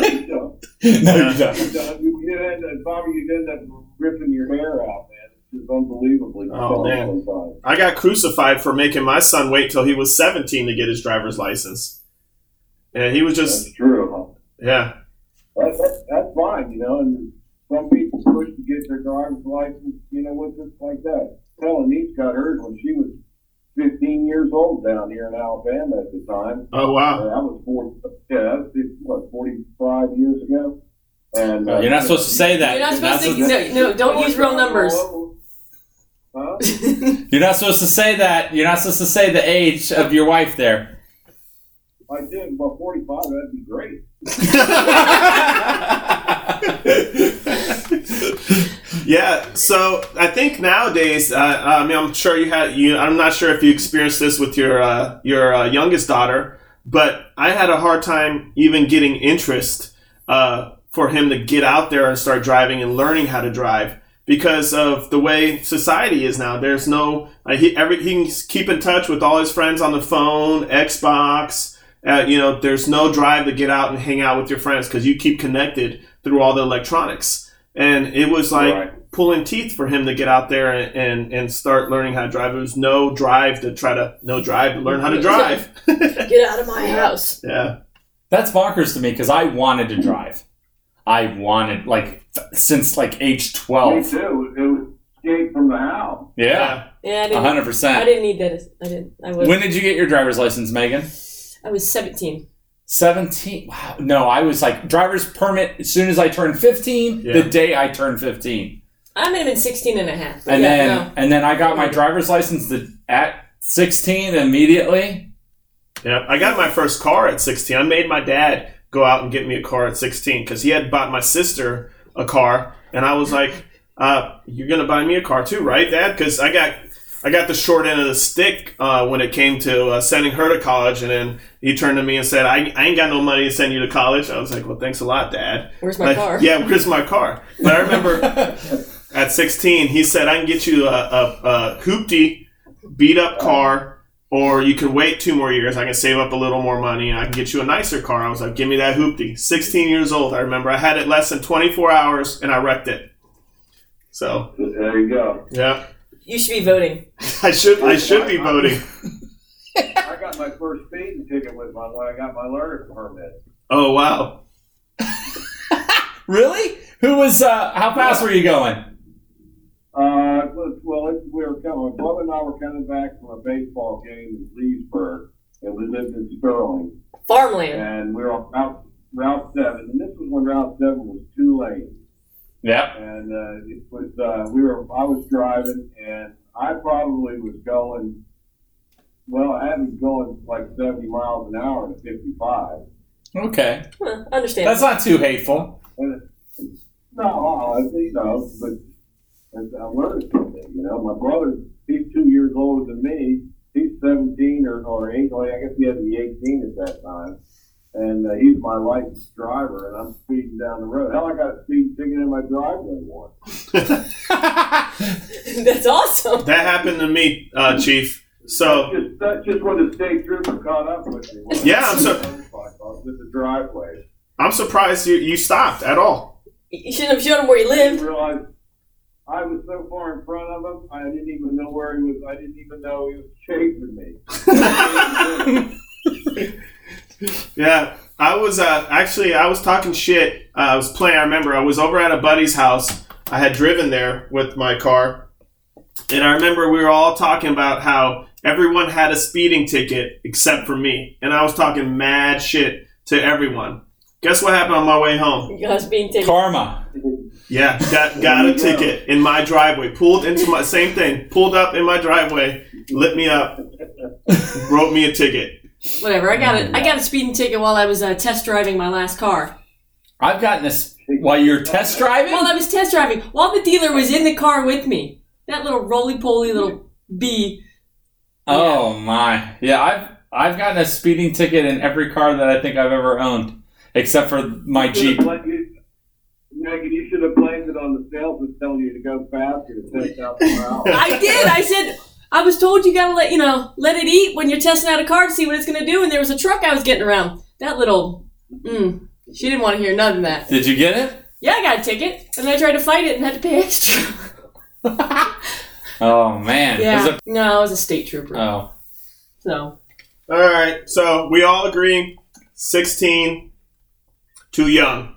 D: <laughs> no, you
E: You
D: don't.
E: know, you you end up, Bobby, you end up ripping your hair out, man. It's just unbelievably
A: Oh, man.
E: sometimes.
A: I got crucified for making my son wait till he was 17 to get his driver's license, and he was just
E: That's true.
A: yeah.
E: Huh? That, that, that's fine, you know. And some people push to get their driver's license, you know, with just like that. Helen East got hers when she was 15 years old down here in Alabama at the time.
A: Oh
E: Uh,
A: wow! <laughs>
E: that was 40, yeah, that was, what, 45 years ago. And uh,
D: Oh, You're not supposed to say that.
B: You're not supposed to-
D: supposed-
B: No, no, don't use real numbers.
E: Huh?
D: you're not supposed to say that. You're not supposed to say the age of your wife <laughs> there.
E: I did. Well, 45, that'd be great.
A: Yeah, so I think nowadays, uh, I mean, I'm sure you had you. I'm not sure if you experienced this with your uh, your uh, youngest daughter, but I had a hard time even getting interest uh, for him to get out there and start driving and learning how to drive because of the way society is now. There's no uh, he every he can keep in touch with all his friends on the phone, Xbox. Uh, you know, there's no drive to get out and hang out with your friends because you keep connected through all the electronics. And it was like
E: Right.
A: pulling teeth for him to get out there and, and, and start learning how to drive. There was no drive to try to no drive to learn how to drive.
B: Get out of my house.
A: Yeah.
D: That's bonkers to me because I wanted to drive. I wanted like since like age
E: Me
D: twelve.
E: too. It was escape from the house.
D: Yeah,
B: Yeah, I
D: a
B: didn't.
D: hundred
B: I
D: percent.
B: didn't need that. as- I didn't. I was.
D: When did you get your driver's license, Megan?
B: I was 17.
D: 17 wow no i was like driver's permit as soon as i turned 15
A: Yeah.
D: the day i turned 15
B: I may have been 16 and a half. but
D: and
B: yeah,
D: then
B: no.
D: and then i got my driver's license the, at 16 immediately
A: Yeah. I got my first car at 16. I made my dad go out and get me a car at 16 because he had bought my sister a car. And I was like, uh, you're going to buy me a car too, right, Dad? Because I got. I got the short end of the stick uh, when it came to uh, sending her to college, and then he turned to me and said, I, "I ain't got no money to send you to college." I was like, "Well, thanks a lot, Dad."
B: Where's my
A: Like,
B: car?
A: Yeah, where's my car? But I
B: <laughs>
A: remember at 16, he said, I can get you a, a, a hoopty beat up car, or you can wait two more years. I can save up a little more money and I can get you a nicer car. I was like, give me that hoopty. 16 years old, I remember. I had it less than 24 hours and I wrecked it. So,
E: There you go.
A: yeah,
B: You should be voting.
A: <laughs> I should I should be voting.
E: I got my first speeding ticket with my when I got my learner's permit.
A: Oh, wow.
B: <laughs>
D: really who was uh how fast were you going
E: Uh, it was- well, it, we were coming. My brother and I were coming back from a baseball game in Leesburg, and we lived in Sterling,
B: Farmland.
E: and we were on route Route Seven, and this was when Route Seven was two lanes.
D: yep
E: and uh, it was uh, we were I was driving and I probably was going well I had been going like 70 miles an hour to 55
D: okay
B: Huh, understand.
D: that's not too hateful
E: and it- no uh, you know but as I learned something you know my brother he's two years older than me he's 17 or, or 8 well, I guess he had to be 18 at that time and uh, he's my licensed driver and I'm speeding down the road hell I got a speed ticket in my driveway once
B: <laughs> That's awesome.
A: That happened to me, uh, Chief. So,
E: Just, that's just when the state trooper caught up with me. When I-
A: <laughs> Yeah, I'm so-
E: I was in the driveway.
A: I'm surprised you, you stopped at all.
B: You shouldn't have shown him where you
E: I didn't
B: lived.
E: realize I was so far in front of him, I didn't even know where he was. I didn't even know he was chasing me.
A: Yeah, I was uh, actually I was talking shit. Uh, I was playing. I remember I was over at a buddy's house. I had driven there with my car, and I remember we were all talking about how everyone had a speeding ticket except for me, and I was talking mad shit to everyone. Guess what happened on my way home?
B: You guys being taken.
D: karma
A: Yeah, got got
E: There
A: a
E: you go.
A: ticket in my driveway. Pulled into my same thing. Pulled up in my driveway, lit me up, wrote me a ticket.
B: Whatever. I got a, I got a speeding ticket while I was uh, test driving my last car.
D: I've gotten this while you're test driving.
B: While I was test driving, while the dealer was in the car with me, that little roly poly little bee.
D: Oh my, yeah. I've I've gotten a speeding ticket in every car that I think I've ever owned, except for my Jeep.
E: Megan, you should have blamed it on the salesman telling you to go faster to ten thousand per hour.
B: <laughs> I did. I said I was told you gotta let you know let it eat when you're testing out a car to see what it's gonna do. And there was a truck I was getting around. That little, mm, she didn't want to hear none of that.
D: Did you get it?
B: Yeah, I got a ticket, and I tried to fight it and had to pay <laughs> extra.
D: Oh man.
B: yeah,
D: Was it-
B: no, I was a state
D: <laughs>
B: trooper.
D: oh.
B: so
A: All right, so we all agree 16, too young.
E: Way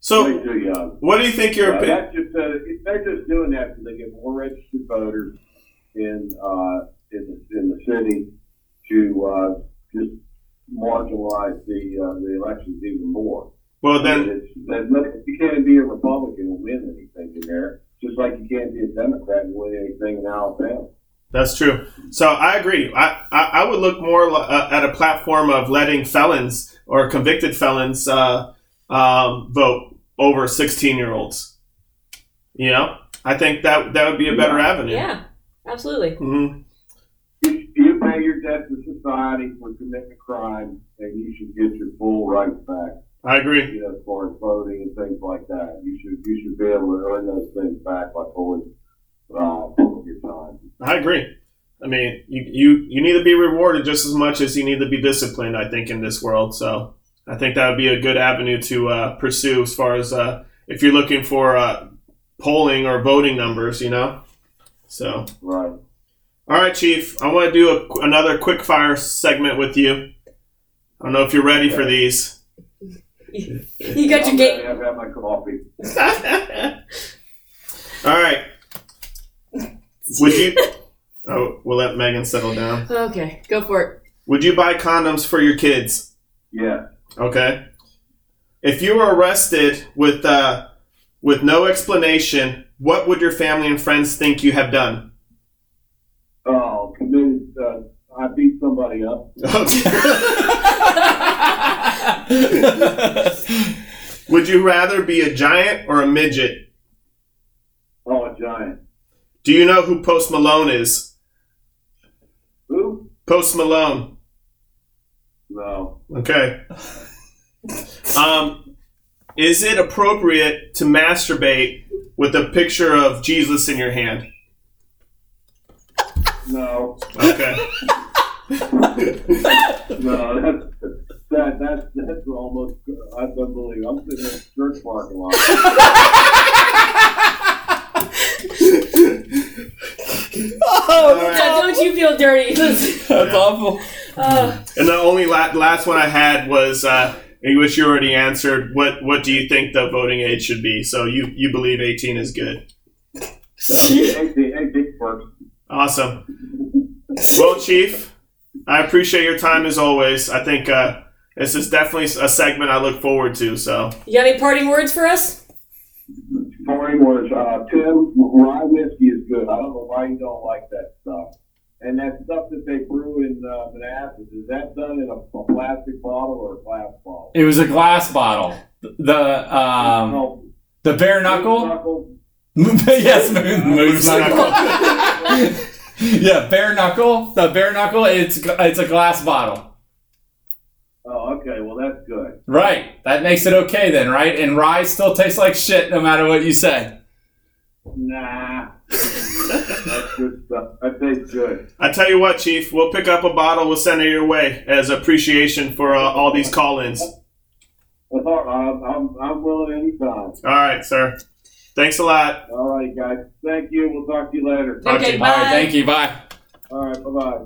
A: So,
E: too young.
A: what do you think your
E: Yeah,
A: opinion?
E: that's just uh, it- they're just doing that so they get more registered voters in uh, in the, in the city to uh, just marginalize the uh, the elections even more.
A: Well, then,
E: It's- there's nothing- you can't be a Republican and win anything in there, just like you can't be a Democrat and win anything in Alabama.
A: that's true. So, I agree. I, I, I would look more li- uh, at a platform of letting felons or convicted felons uh, um, vote over 16 year olds. You know, I think that that would be a better avenue.
B: yeah, absolutely.
A: Mhm.
E: You, you pay your debt to society for committing crime, and you should get your full rights back.
A: I agree.
E: you know, as far as voting and things like that. You should you should be able to earn those things back by pulling uh, pulling your time.
A: I agree. I mean, you, you you need to be rewarded just as much as you need to be disciplined. I think in this world, so I think that would be a good avenue to uh, pursue as far as uh, if you're looking for uh, polling or voting numbers, you know. So,
E: Right.
A: all right, Chief, I want to do a, another quick fire segment with you. I don't know if you're ready for these.
B: You got your
E: I'm
B: gate.
E: ready. I've had my coffee.
A: all right. Would you? Oh, we'll let Megan settle down.
B: Okay, go for it.
A: Would you buy condoms for your kids?
E: Yeah.
A: Okay. If you were arrested with uh, with no explanation, what would your family and friends think you have done?
E: Oh, committed. Uh, I beat somebody up.
A: <laughs>
D: Oh.
A: would you rather be a giant or a midget?
E: Oh, a giant.
A: Do you know who Post Malone is?
E: Who?
A: Post Malone.
E: No.
A: Okay. Um, is it appropriate to masturbate with a picture of Jesus in your hand?
E: No.
A: Okay.
E: No. <laughs> That's that. That's that's almost. I don't believe. I'm sitting in a church parking lot.
D: Oh,
A: All right.
B: Now, don't you feel
D: <laughs>
B: dirty?
D: that's awful.
B: Uh,
A: And the only la- last one I had was, uh, which you already answered. What What do you think the voting age should be? So you you believe eighteen is good?
E: Hey, big- hey, big perk.
A: Awesome. Well, Chief, I appreciate your time as always. I think uh, this is definitely a segment I look forward to. So
B: you got any parting words for us?
E: Party was uh, Tim rye whiskey is good. I don't know why you don't like that stuff. And that stuff that they brew in uh, Manassas is that done in a, a plastic bottle or a glass bottle?
D: <laughs> It was a glass bottle. The um,
E: No,
D: the bare
E: moose
D: knuckle. <laughs>
E: knuckle.
D: yes, <laughs> moon, moose knuckle. <laughs>
E: yeah,
D: yeah, bare knuckle. The bare knuckle. It's it's a glass bottle.
E: Oh, okay. Well, that's good.
D: Right. That makes it okay then, right? And rye still tastes like shit no matter what you say.
E: Nah, that's good stuff. That tastes good.
A: I tell you what, Chief, we'll pick up a bottle. We'll send it your way as appreciation for uh, all these call-ins. All
E: Well, all right, I'm, I'm willing anytime.
A: right, sir. Thanks a lot.
E: All right, guys. Thank you. We'll talk to you later.
A: Talk to
B: Okay,
A: you.
B: bye.
D: All right, thank you. Bye.
E: All right. Bye bye.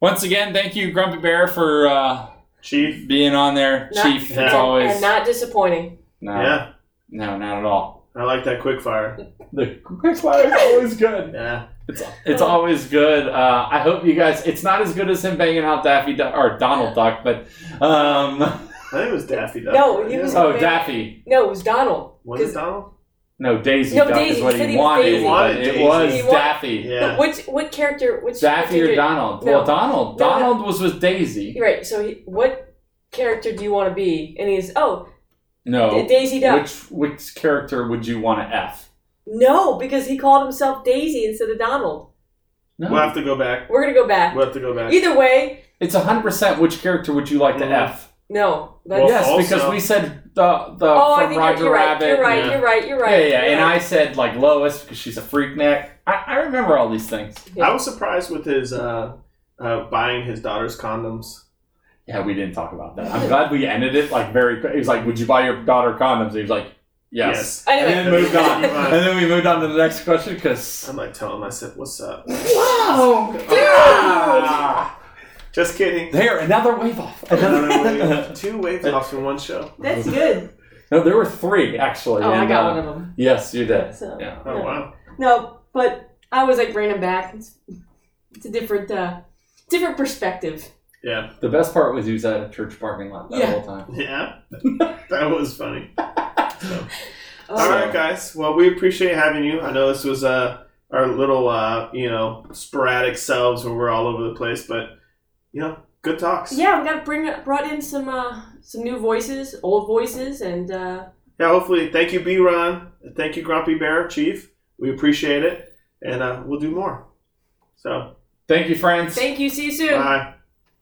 D: Once again, thank you, Grumpy Bear, for uh,
A: Chief.
D: being on there,
B: Not-
D: Chief.
A: Yeah.
D: It's always
B: And not disappointing.
D: no,
A: Yeah,
D: no, not at all.
A: I like that quick fire.
D: The quick fire is always good.
A: Yeah.
D: It's it's always good. Uh, I hope you guys. It's not as good as him banging out Daffy Duck or Donald Duck, but um, <laughs>
A: I think it was Daffy Duck.
B: No, he was-
D: oh Daffy.
B: No, it was Donald.
A: Was it Donald?
D: No, Daisy
B: No,
D: Duck
B: Daisy.
D: is what
B: He said
D: he
B: he was
D: wanted,
B: Daisy.
A: He
D: but
A: wanted
D: it
A: Daisy.
D: was
B: He wa-
D: Daffy.
A: Yeah.
B: Which what character? Which
D: Daffy
B: character-
D: or Donald?
B: No.
D: Well, Donald.
B: No, no.
D: Donald was with Daisy.
B: You're Right. So he, what character do you want to be? And he's oh
D: No.
B: Daisy Duck.
D: Which which character would you want to f?
B: No, because he called himself Daisy instead of Donald.
D: No.
A: We'll have to go back.
B: We're gonna go back.
A: We'll have to go back.
B: Either way,
D: it's hundred percent. Which character would you like to
A: Mhm.
D: f?
B: no. That's,
A: Well,
D: yes,
A: also-
D: because we said the the
B: oh, I
D: from
B: think
D: Roger
B: you're right.
D: Rabbit.
B: You're right.
A: yeah.
B: You're right. You're right.
D: Yeah, yeah.
B: you're
D: And I
B: right.
D: said like Lois because she's a freak neck. I, I remember all these things.
A: I was surprised with his uh, uh, buying his daughter's condoms.
D: Yeah, we didn't talk about that. I'm glad we ended it like very. He was like, "Would you buy your daughter condoms?" He was like, "Yes." And
B: Anyway,
D: then moved
B: <laughs>
D: on. and then we moved on to the next question because.
A: I might tell him. I said, "What's up?"
D: Wow!
A: Just kidding.
D: Ah. There, another wave off.
A: Another
D: <laughs>
A: wave- Two wave offs in one show.
B: that's good.
D: no, there were three actually.
B: Oh, I
D: and,
B: got
D: uh,
B: one of them.
D: Yes, you did.
B: So.
D: Yeah.
A: Oh wow!
B: No, but I was like bringing them back. It's, it's a different, uh, different perspective.
A: Yeah, <laughs>
D: The best part was he was at a church parking lot that
B: Yeah.
D: whole time.
A: yeah. that was funny.
B: Oh,
A: All right, guys. Well, we appreciate having you. I know this was uh, our little, uh, you know, sporadic selves where we're all over the place, but you know, good talks.
B: Yeah, we got to bring brought in some uh, some new voices, old voices, and uh,
A: Yeah, Hopefully, thank you, B. Ron. Thank you, Grumpy Bear Chief. We appreciate it, and uh, we'll do more. So,
D: Thank you, friends.
B: thank you. See you soon.
A: bye.